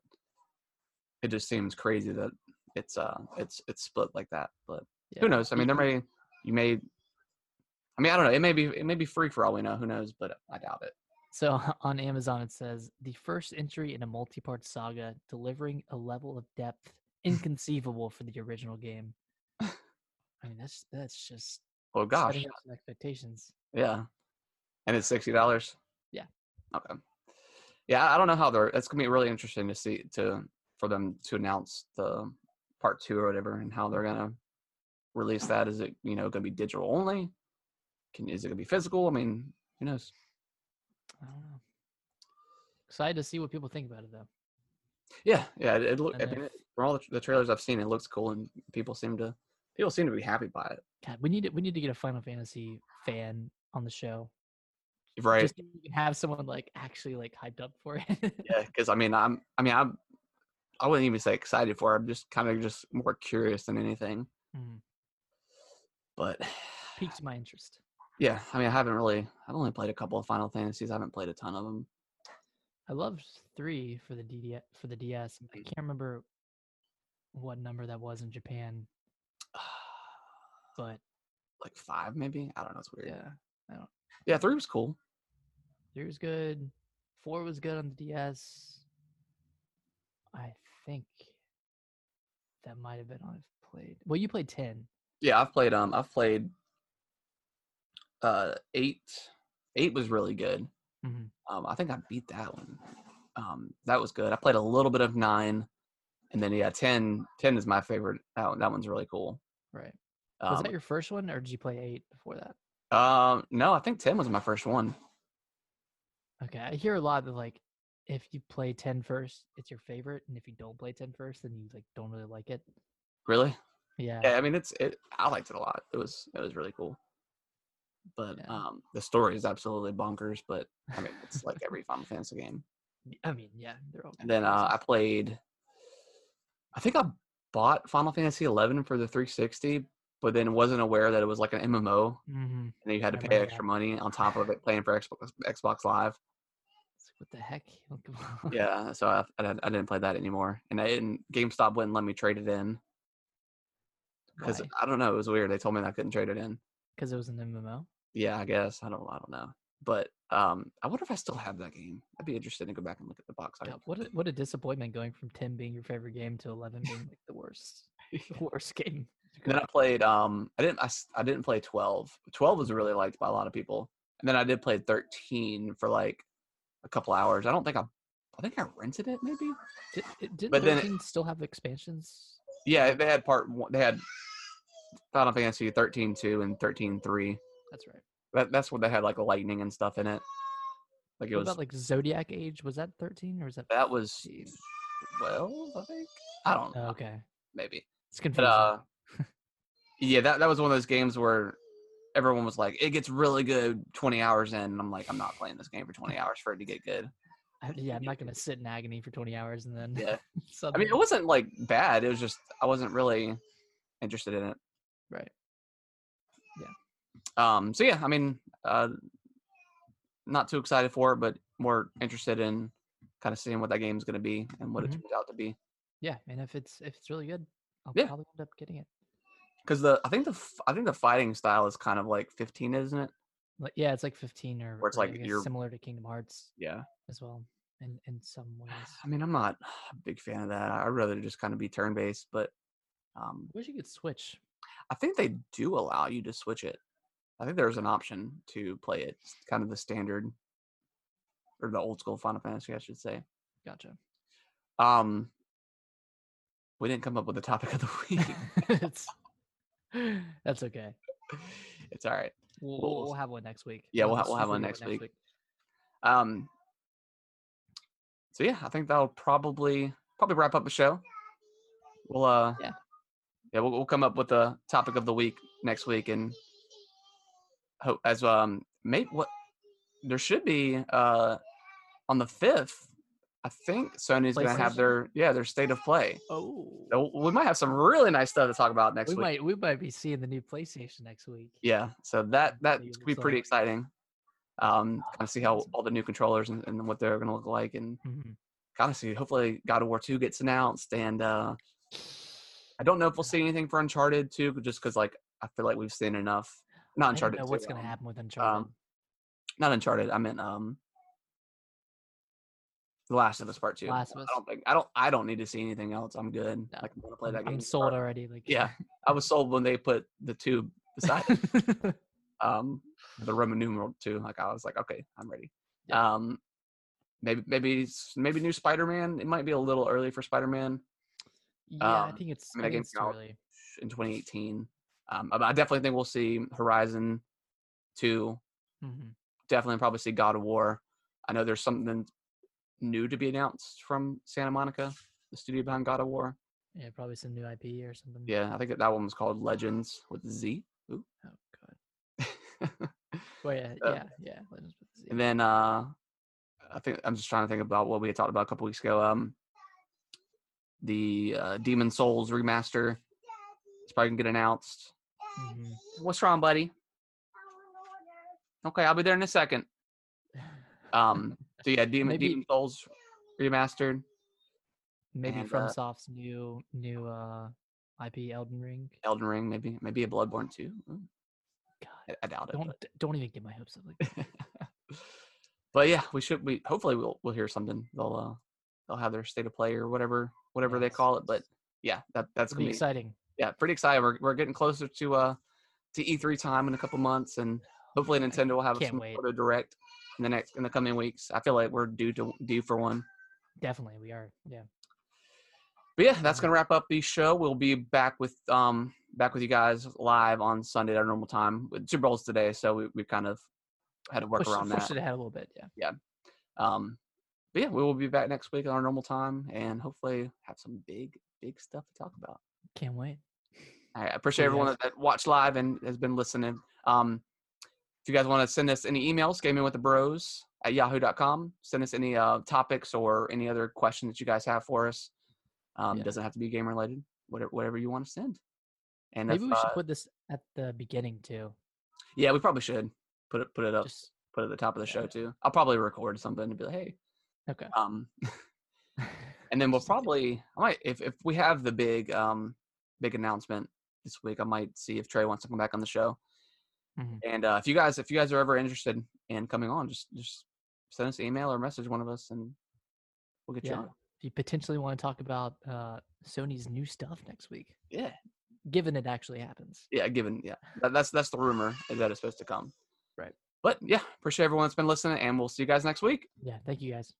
[SPEAKER 1] it just seems crazy that it's uh it's it's split like that. But
[SPEAKER 2] Yeah.
[SPEAKER 1] who knows? I mean, there
[SPEAKER 2] You-
[SPEAKER 1] may you may. I mean, I don't know. It may be it may be free for all we know. Who knows? But I doubt it.
[SPEAKER 2] So [LAUGHS] on Amazon, it says the first entry in a multi part saga delivering a level of depth inconceivable for the original game. I mean, that's that's just
[SPEAKER 1] Oh gosh.
[SPEAKER 2] setting up some expectations.
[SPEAKER 1] Yeah. And it's sixty dollars.
[SPEAKER 2] Yeah.
[SPEAKER 1] Okay. Yeah, I don't know how they're. That's gonna be really interesting to see to for them to announce the part two or whatever and how they're gonna release that. Is it you know gonna be digital only? Can is it gonna be physical? I mean, who knows?
[SPEAKER 2] I don't know. Excited to see what people think about it though.
[SPEAKER 1] Yeah, yeah. It, it look.
[SPEAKER 2] And
[SPEAKER 1] I mean,
[SPEAKER 2] if-
[SPEAKER 1] it, from all the, the trailers I've seen, it looks cool, and people seem to people seem to be happy by it.
[SPEAKER 2] God, we need to, we need to get a Final Fantasy fan on the show.
[SPEAKER 1] Right.
[SPEAKER 2] Just so we can have someone like actually like hyped up for it. [LAUGHS]
[SPEAKER 1] Yeah, because I mean, I'm. I mean, I'm. I wouldn't even say excited for. it. I'm just kind of just more curious than anything.
[SPEAKER 2] Mm,
[SPEAKER 1] But
[SPEAKER 2] piqued my interest.
[SPEAKER 1] yeah, I mean, I haven't really. I've only played a couple of Final Fantasies. I haven't played a ton of them.
[SPEAKER 2] I loved three for the DD for the DS.
[SPEAKER 1] Mm-hmm.
[SPEAKER 2] I can't remember what number that was in Japan, but
[SPEAKER 1] [SIGHS] Like five, maybe. I don't know. It's weird.
[SPEAKER 2] yeah,
[SPEAKER 1] Yeah, three was cool.
[SPEAKER 2] three was good. Four was good on the DS. I think that might have been on. I've played. Well, you played ten.
[SPEAKER 1] Yeah, I've played. Um, I've played. Uh, eight. Eight was really good.
[SPEAKER 2] Mhm.
[SPEAKER 1] Um, I think I beat that one. Um, that was good. I played a little bit of nine, and then yeah, ten. Ten is my favorite. That one, that one's really cool.
[SPEAKER 2] Right.
[SPEAKER 1] Um,
[SPEAKER 2] Was that your first one, or did you play eight before that?
[SPEAKER 1] Um, no, I think ten was my first one.
[SPEAKER 2] Okay, I hear a lot that like if you play 10 first, it's your favorite, and if you don't play 10 first, then you like don't really like it.
[SPEAKER 1] Really?
[SPEAKER 2] Yeah.
[SPEAKER 1] Yeah, I mean, it's it. I liked it a lot. It was it was really cool. But
[SPEAKER 2] Yeah.
[SPEAKER 1] um, the story is absolutely bonkers. But I mean, it's
[SPEAKER 2] [LAUGHS]
[SPEAKER 1] like every Final Fantasy game.
[SPEAKER 2] Y- I mean, yeah, they're all.
[SPEAKER 1] And then uh, I played. I think I bought Final Fantasy eleven for the 360, but then wasn't aware that it was like an MMO,
[SPEAKER 2] mm-hmm.
[SPEAKER 1] and then you had to
[SPEAKER 2] I
[SPEAKER 1] pay
[SPEAKER 2] remember
[SPEAKER 1] extra money on top of it playing for Xbox Xbox Live.
[SPEAKER 2] [LAUGHS] what the heck? [LAUGHS] Like, come on.
[SPEAKER 1] Yeah, so I, I, didn't- I didn't play that anymore, and I didn't. GameStop wouldn't let me trade it in because
[SPEAKER 2] [LAUGHS] Why?
[SPEAKER 1] I don't know. It was weird. They told me I couldn't trade it in.
[SPEAKER 2] 'Cause it was an MMO.
[SPEAKER 1] Yeah, I guess I don't. I don't know. But um, I wonder if I still have that game. I'd be interested to go back and look at the box. art.
[SPEAKER 2] God, what a, what a disappointment going from 10 being your favorite game to 11 being like the worst, the worst game. you could
[SPEAKER 1] And then I
[SPEAKER 2] have.
[SPEAKER 1] played. Um, I didn't. I, s- I didn't play twelve. Twelve was really liked by a lot of people. And then I did play thirteen for like a couple hours. I don't think I. I think I rented it maybe.
[SPEAKER 2] Did, it- didn't
[SPEAKER 1] But then it-
[SPEAKER 2] 13 still have expansions?
[SPEAKER 1] Yeah, they had part one. They had Final Fantasy 13 2 and 13 3.
[SPEAKER 2] That's right.
[SPEAKER 1] That, that's what they had like lightning and stuff in it. Like it
[SPEAKER 2] what
[SPEAKER 1] was
[SPEAKER 2] about like Zodiac Age? Was that 13 or was that?
[SPEAKER 1] that was
[SPEAKER 2] 14?
[SPEAKER 1] well, I think I don't know,
[SPEAKER 2] Oh, Okay,
[SPEAKER 1] maybe.
[SPEAKER 2] it's confusing.
[SPEAKER 1] But uh, yeah, that that was one of those games where everyone was like, "It gets really good 20 hours in," and I'm like, "I'm not playing this game for 20 hours for it to get good."
[SPEAKER 2] I- yeah, I'm not gonna sit in agony for 20 hours and [LAUGHS] then.
[SPEAKER 1] Yeah, I
[SPEAKER 2] suddenly-
[SPEAKER 1] mean, oh it wasn't like bad. It was just I wasn't really interested in it.
[SPEAKER 2] Right.
[SPEAKER 1] Um. So yeah, I mean, uh, not too excited for it, but more interested in kind of seeing what that game's going to be and what
[SPEAKER 2] Mhm.
[SPEAKER 1] it turns out to be.
[SPEAKER 2] Yeah, and if it's if it's really good, I'll
[SPEAKER 1] Yeah.
[SPEAKER 2] probably end up getting it.
[SPEAKER 1] because the I think the f- I think the fighting style is kind of like 15, isn't it?
[SPEAKER 2] Like yeah, it's like 15 or,
[SPEAKER 1] Where it's
[SPEAKER 2] or I
[SPEAKER 1] like
[SPEAKER 2] guess
[SPEAKER 1] you're-
[SPEAKER 2] similar to Kingdom Hearts
[SPEAKER 1] Yeah.
[SPEAKER 2] as well, in in
[SPEAKER 1] [SIGHS]
[SPEAKER 2] some ways.
[SPEAKER 1] I mean, I'm not a big fan of that. I'd rather just kind of be turn based, but um,
[SPEAKER 2] wish you could switch.
[SPEAKER 1] I think they do allow you to switch it. I think there's an option to play it, s- kind of the standard or the old school Final Fantasy, I should say. [LAUGHS]
[SPEAKER 2] Gotcha. [LAUGHS]
[SPEAKER 1] Um, we didn't come up with the topic of the [LAUGHS] week.
[SPEAKER 2] it's, [SIGHS] that's okay.
[SPEAKER 1] it's all right.
[SPEAKER 2] We'll,
[SPEAKER 1] We'll-
[SPEAKER 2] we'll, we'll have one next week.
[SPEAKER 1] yeah,
[SPEAKER 2] We'll
[SPEAKER 1] we'll
[SPEAKER 2] have
[SPEAKER 1] ha-
[SPEAKER 2] a
[SPEAKER 1] we'll have
[SPEAKER 2] super
[SPEAKER 1] one next
[SPEAKER 2] good
[SPEAKER 1] week. Um, so yeah, I think that'll probably probably wrap up the show. We'll uh
[SPEAKER 2] Yeah.
[SPEAKER 1] yeah we'll, we'll come up with the topic of the week next week and hope as um maybe what there should be uh on the fifth I think Sony's gonna have
[SPEAKER 2] PlayStation?
[SPEAKER 1] their yeah their state of play.
[SPEAKER 2] Oh,
[SPEAKER 1] So we might have some really nice stuff to talk about next
[SPEAKER 2] we
[SPEAKER 1] week.
[SPEAKER 2] might we might be seeing the new PlayStation next week.
[SPEAKER 1] Yeah, so that
[SPEAKER 2] Yeah,
[SPEAKER 1] that
[SPEAKER 2] see what
[SPEAKER 1] could be
[SPEAKER 2] it's
[SPEAKER 1] pretty
[SPEAKER 2] like.
[SPEAKER 1] exciting. Um, kind of see how
[SPEAKER 2] Awesome.
[SPEAKER 1] all the new controllers and, and what they're gonna look like and
[SPEAKER 2] Mhm.
[SPEAKER 1] kind of see. Hopefully, God of War Two gets announced, and uh, I don't know if we'll see anything for Uncharted Two, but just because like I feel like we've seen enough. Not
[SPEAKER 2] I don't
[SPEAKER 1] Uncharted.
[SPEAKER 2] know
[SPEAKER 1] 2,
[SPEAKER 2] what's gonna
[SPEAKER 1] um,
[SPEAKER 2] happen with Uncharted.
[SPEAKER 1] Not Uncharted. I meant um, The Last of Us Part Two.
[SPEAKER 2] Last of Us.
[SPEAKER 1] I don't think I don't I don't need to see anything else. I'm good.
[SPEAKER 2] No.
[SPEAKER 1] I can want to play that
[SPEAKER 2] I'm,
[SPEAKER 1] game.
[SPEAKER 2] I'm sold already. Like [LAUGHS]
[SPEAKER 1] Yeah, I was sold when they put the two beside um the Roman numeral two. Like I was like, okay, I'm ready.
[SPEAKER 2] Yeah.
[SPEAKER 1] Um, maybe maybe s- maybe new Spider Man. It might be a little early for Spider Man
[SPEAKER 2] yeah, I
[SPEAKER 1] Um,
[SPEAKER 2] think it's.
[SPEAKER 1] I mean,
[SPEAKER 2] I
[SPEAKER 1] that
[SPEAKER 2] think
[SPEAKER 1] game's
[SPEAKER 2] it's too
[SPEAKER 1] out.
[SPEAKER 2] early.
[SPEAKER 1] in 2018. Um, but I definitely think we'll see Horizon two.
[SPEAKER 2] Mhm.
[SPEAKER 1] Definitely probably see God of War. I know there's something new to be announced from Santa Monica, the studio behind God of War.
[SPEAKER 2] Yeah, probably some new IP or something.
[SPEAKER 1] Yeah, I think that, that one was called Legends with Z. [LAUGHS] Ooh.
[SPEAKER 2] Oh god. Well, yeah,
[SPEAKER 1] Uh,
[SPEAKER 2] yeah, yeah. Legends with Z.
[SPEAKER 1] And then uh I think I'm just trying to think about what we had talked about a couple weeks ago. Um the uh, Demon Souls remaster is probably gonna get announced.
[SPEAKER 2] Mhm.
[SPEAKER 1] What's wrong, buddy? Okay, I'll be there in a second.
[SPEAKER 2] [LAUGHS]
[SPEAKER 1] Um so yeah, Demon
[SPEAKER 2] Maybe-
[SPEAKER 1] Demon Souls remastered.
[SPEAKER 2] Maybe
[SPEAKER 1] and, uh,
[SPEAKER 2] FromSoft's new new uh IP Elden Ring.
[SPEAKER 1] Elden Ring, maybe maybe a Bloodborne too. Ooh,
[SPEAKER 2] God,
[SPEAKER 1] I, I doubt it.
[SPEAKER 2] don't d- don't even get my hopes up. Like, that.
[SPEAKER 1] But. but yeah, we should we hopefully we'll we'll hear something. They'll uh they'll have their state of play or whatever whatever they
[SPEAKER 2] Yes,
[SPEAKER 1] call it. But
[SPEAKER 2] yes.
[SPEAKER 1] yeah, that that's
[SPEAKER 2] it'll be
[SPEAKER 1] gonna be
[SPEAKER 2] exciting.
[SPEAKER 1] yeah, pretty excited. We're we're getting closer to uh to E3 time in a couple months, and
[SPEAKER 2] [SIGHS]
[SPEAKER 1] hopefully Nintendo will have
[SPEAKER 2] can't
[SPEAKER 1] some
[SPEAKER 2] wait.
[SPEAKER 1] sort of direct in the next in the coming weeks. I feel like we're due to due for one.
[SPEAKER 2] Definitely, we are. Yeah.
[SPEAKER 1] But yeah, that's gonna wrap up the show. We'll be back with um back with you guys live on Sunday at our normal time. Super Bowl's today, so we we kind of had to work
[SPEAKER 2] Push,
[SPEAKER 1] around that.
[SPEAKER 2] pushed it ahead a little bit. Yeah.
[SPEAKER 1] Um, but yeah, we will be back next week at our normal time, and hopefully have some big big stuff to talk about.
[SPEAKER 2] Can't wait.
[SPEAKER 1] I appreciate
[SPEAKER 2] Yeah,
[SPEAKER 1] everyone
[SPEAKER 2] guys.
[SPEAKER 1] that, that watched live and has been listening. Um, if you guys want to send us any emails, gaming with the bros at yahoo.com, send us any uh, topics or any other questions that you guys have for us. Um,
[SPEAKER 2] Yeah.
[SPEAKER 1] Doesn't have to be game related, whatever, whatever you want to send. And
[SPEAKER 2] Maybe
[SPEAKER 1] if,
[SPEAKER 2] we should
[SPEAKER 1] uh,
[SPEAKER 2] put this at the beginning too.
[SPEAKER 1] yeah, we probably should put it, put it up,
[SPEAKER 2] Just [LAUGHS]
[SPEAKER 1] put it at the top of the show
[SPEAKER 2] yeah.
[SPEAKER 1] too. I'll probably record something and be like, Hey,
[SPEAKER 2] okay.
[SPEAKER 1] um,
[SPEAKER 2] mm-hmm.
[SPEAKER 1] and then we'll
[SPEAKER 2] Just like-
[SPEAKER 1] probably, I might, if, if we have the big, um, big announcement this week, I might see if Trey wants to come back on the show.
[SPEAKER 2] Mhm.
[SPEAKER 1] And uh, if you guys, if you guys are ever interested in coming on, just just send us an email or message one of us, and we'll get
[SPEAKER 2] Yeah.
[SPEAKER 1] you on.
[SPEAKER 2] If you potentially want to talk about uh, Sony's new stuff next week,
[SPEAKER 1] Yeah,
[SPEAKER 2] given it actually happens.
[SPEAKER 1] yeah. Given, yeah, that, that's that's the rumor is that it's supposed to come.
[SPEAKER 2] Right.
[SPEAKER 1] But yeah, appreciate everyone that's been listening, and we'll see you guys next week.
[SPEAKER 2] Yeah. Thank you guys.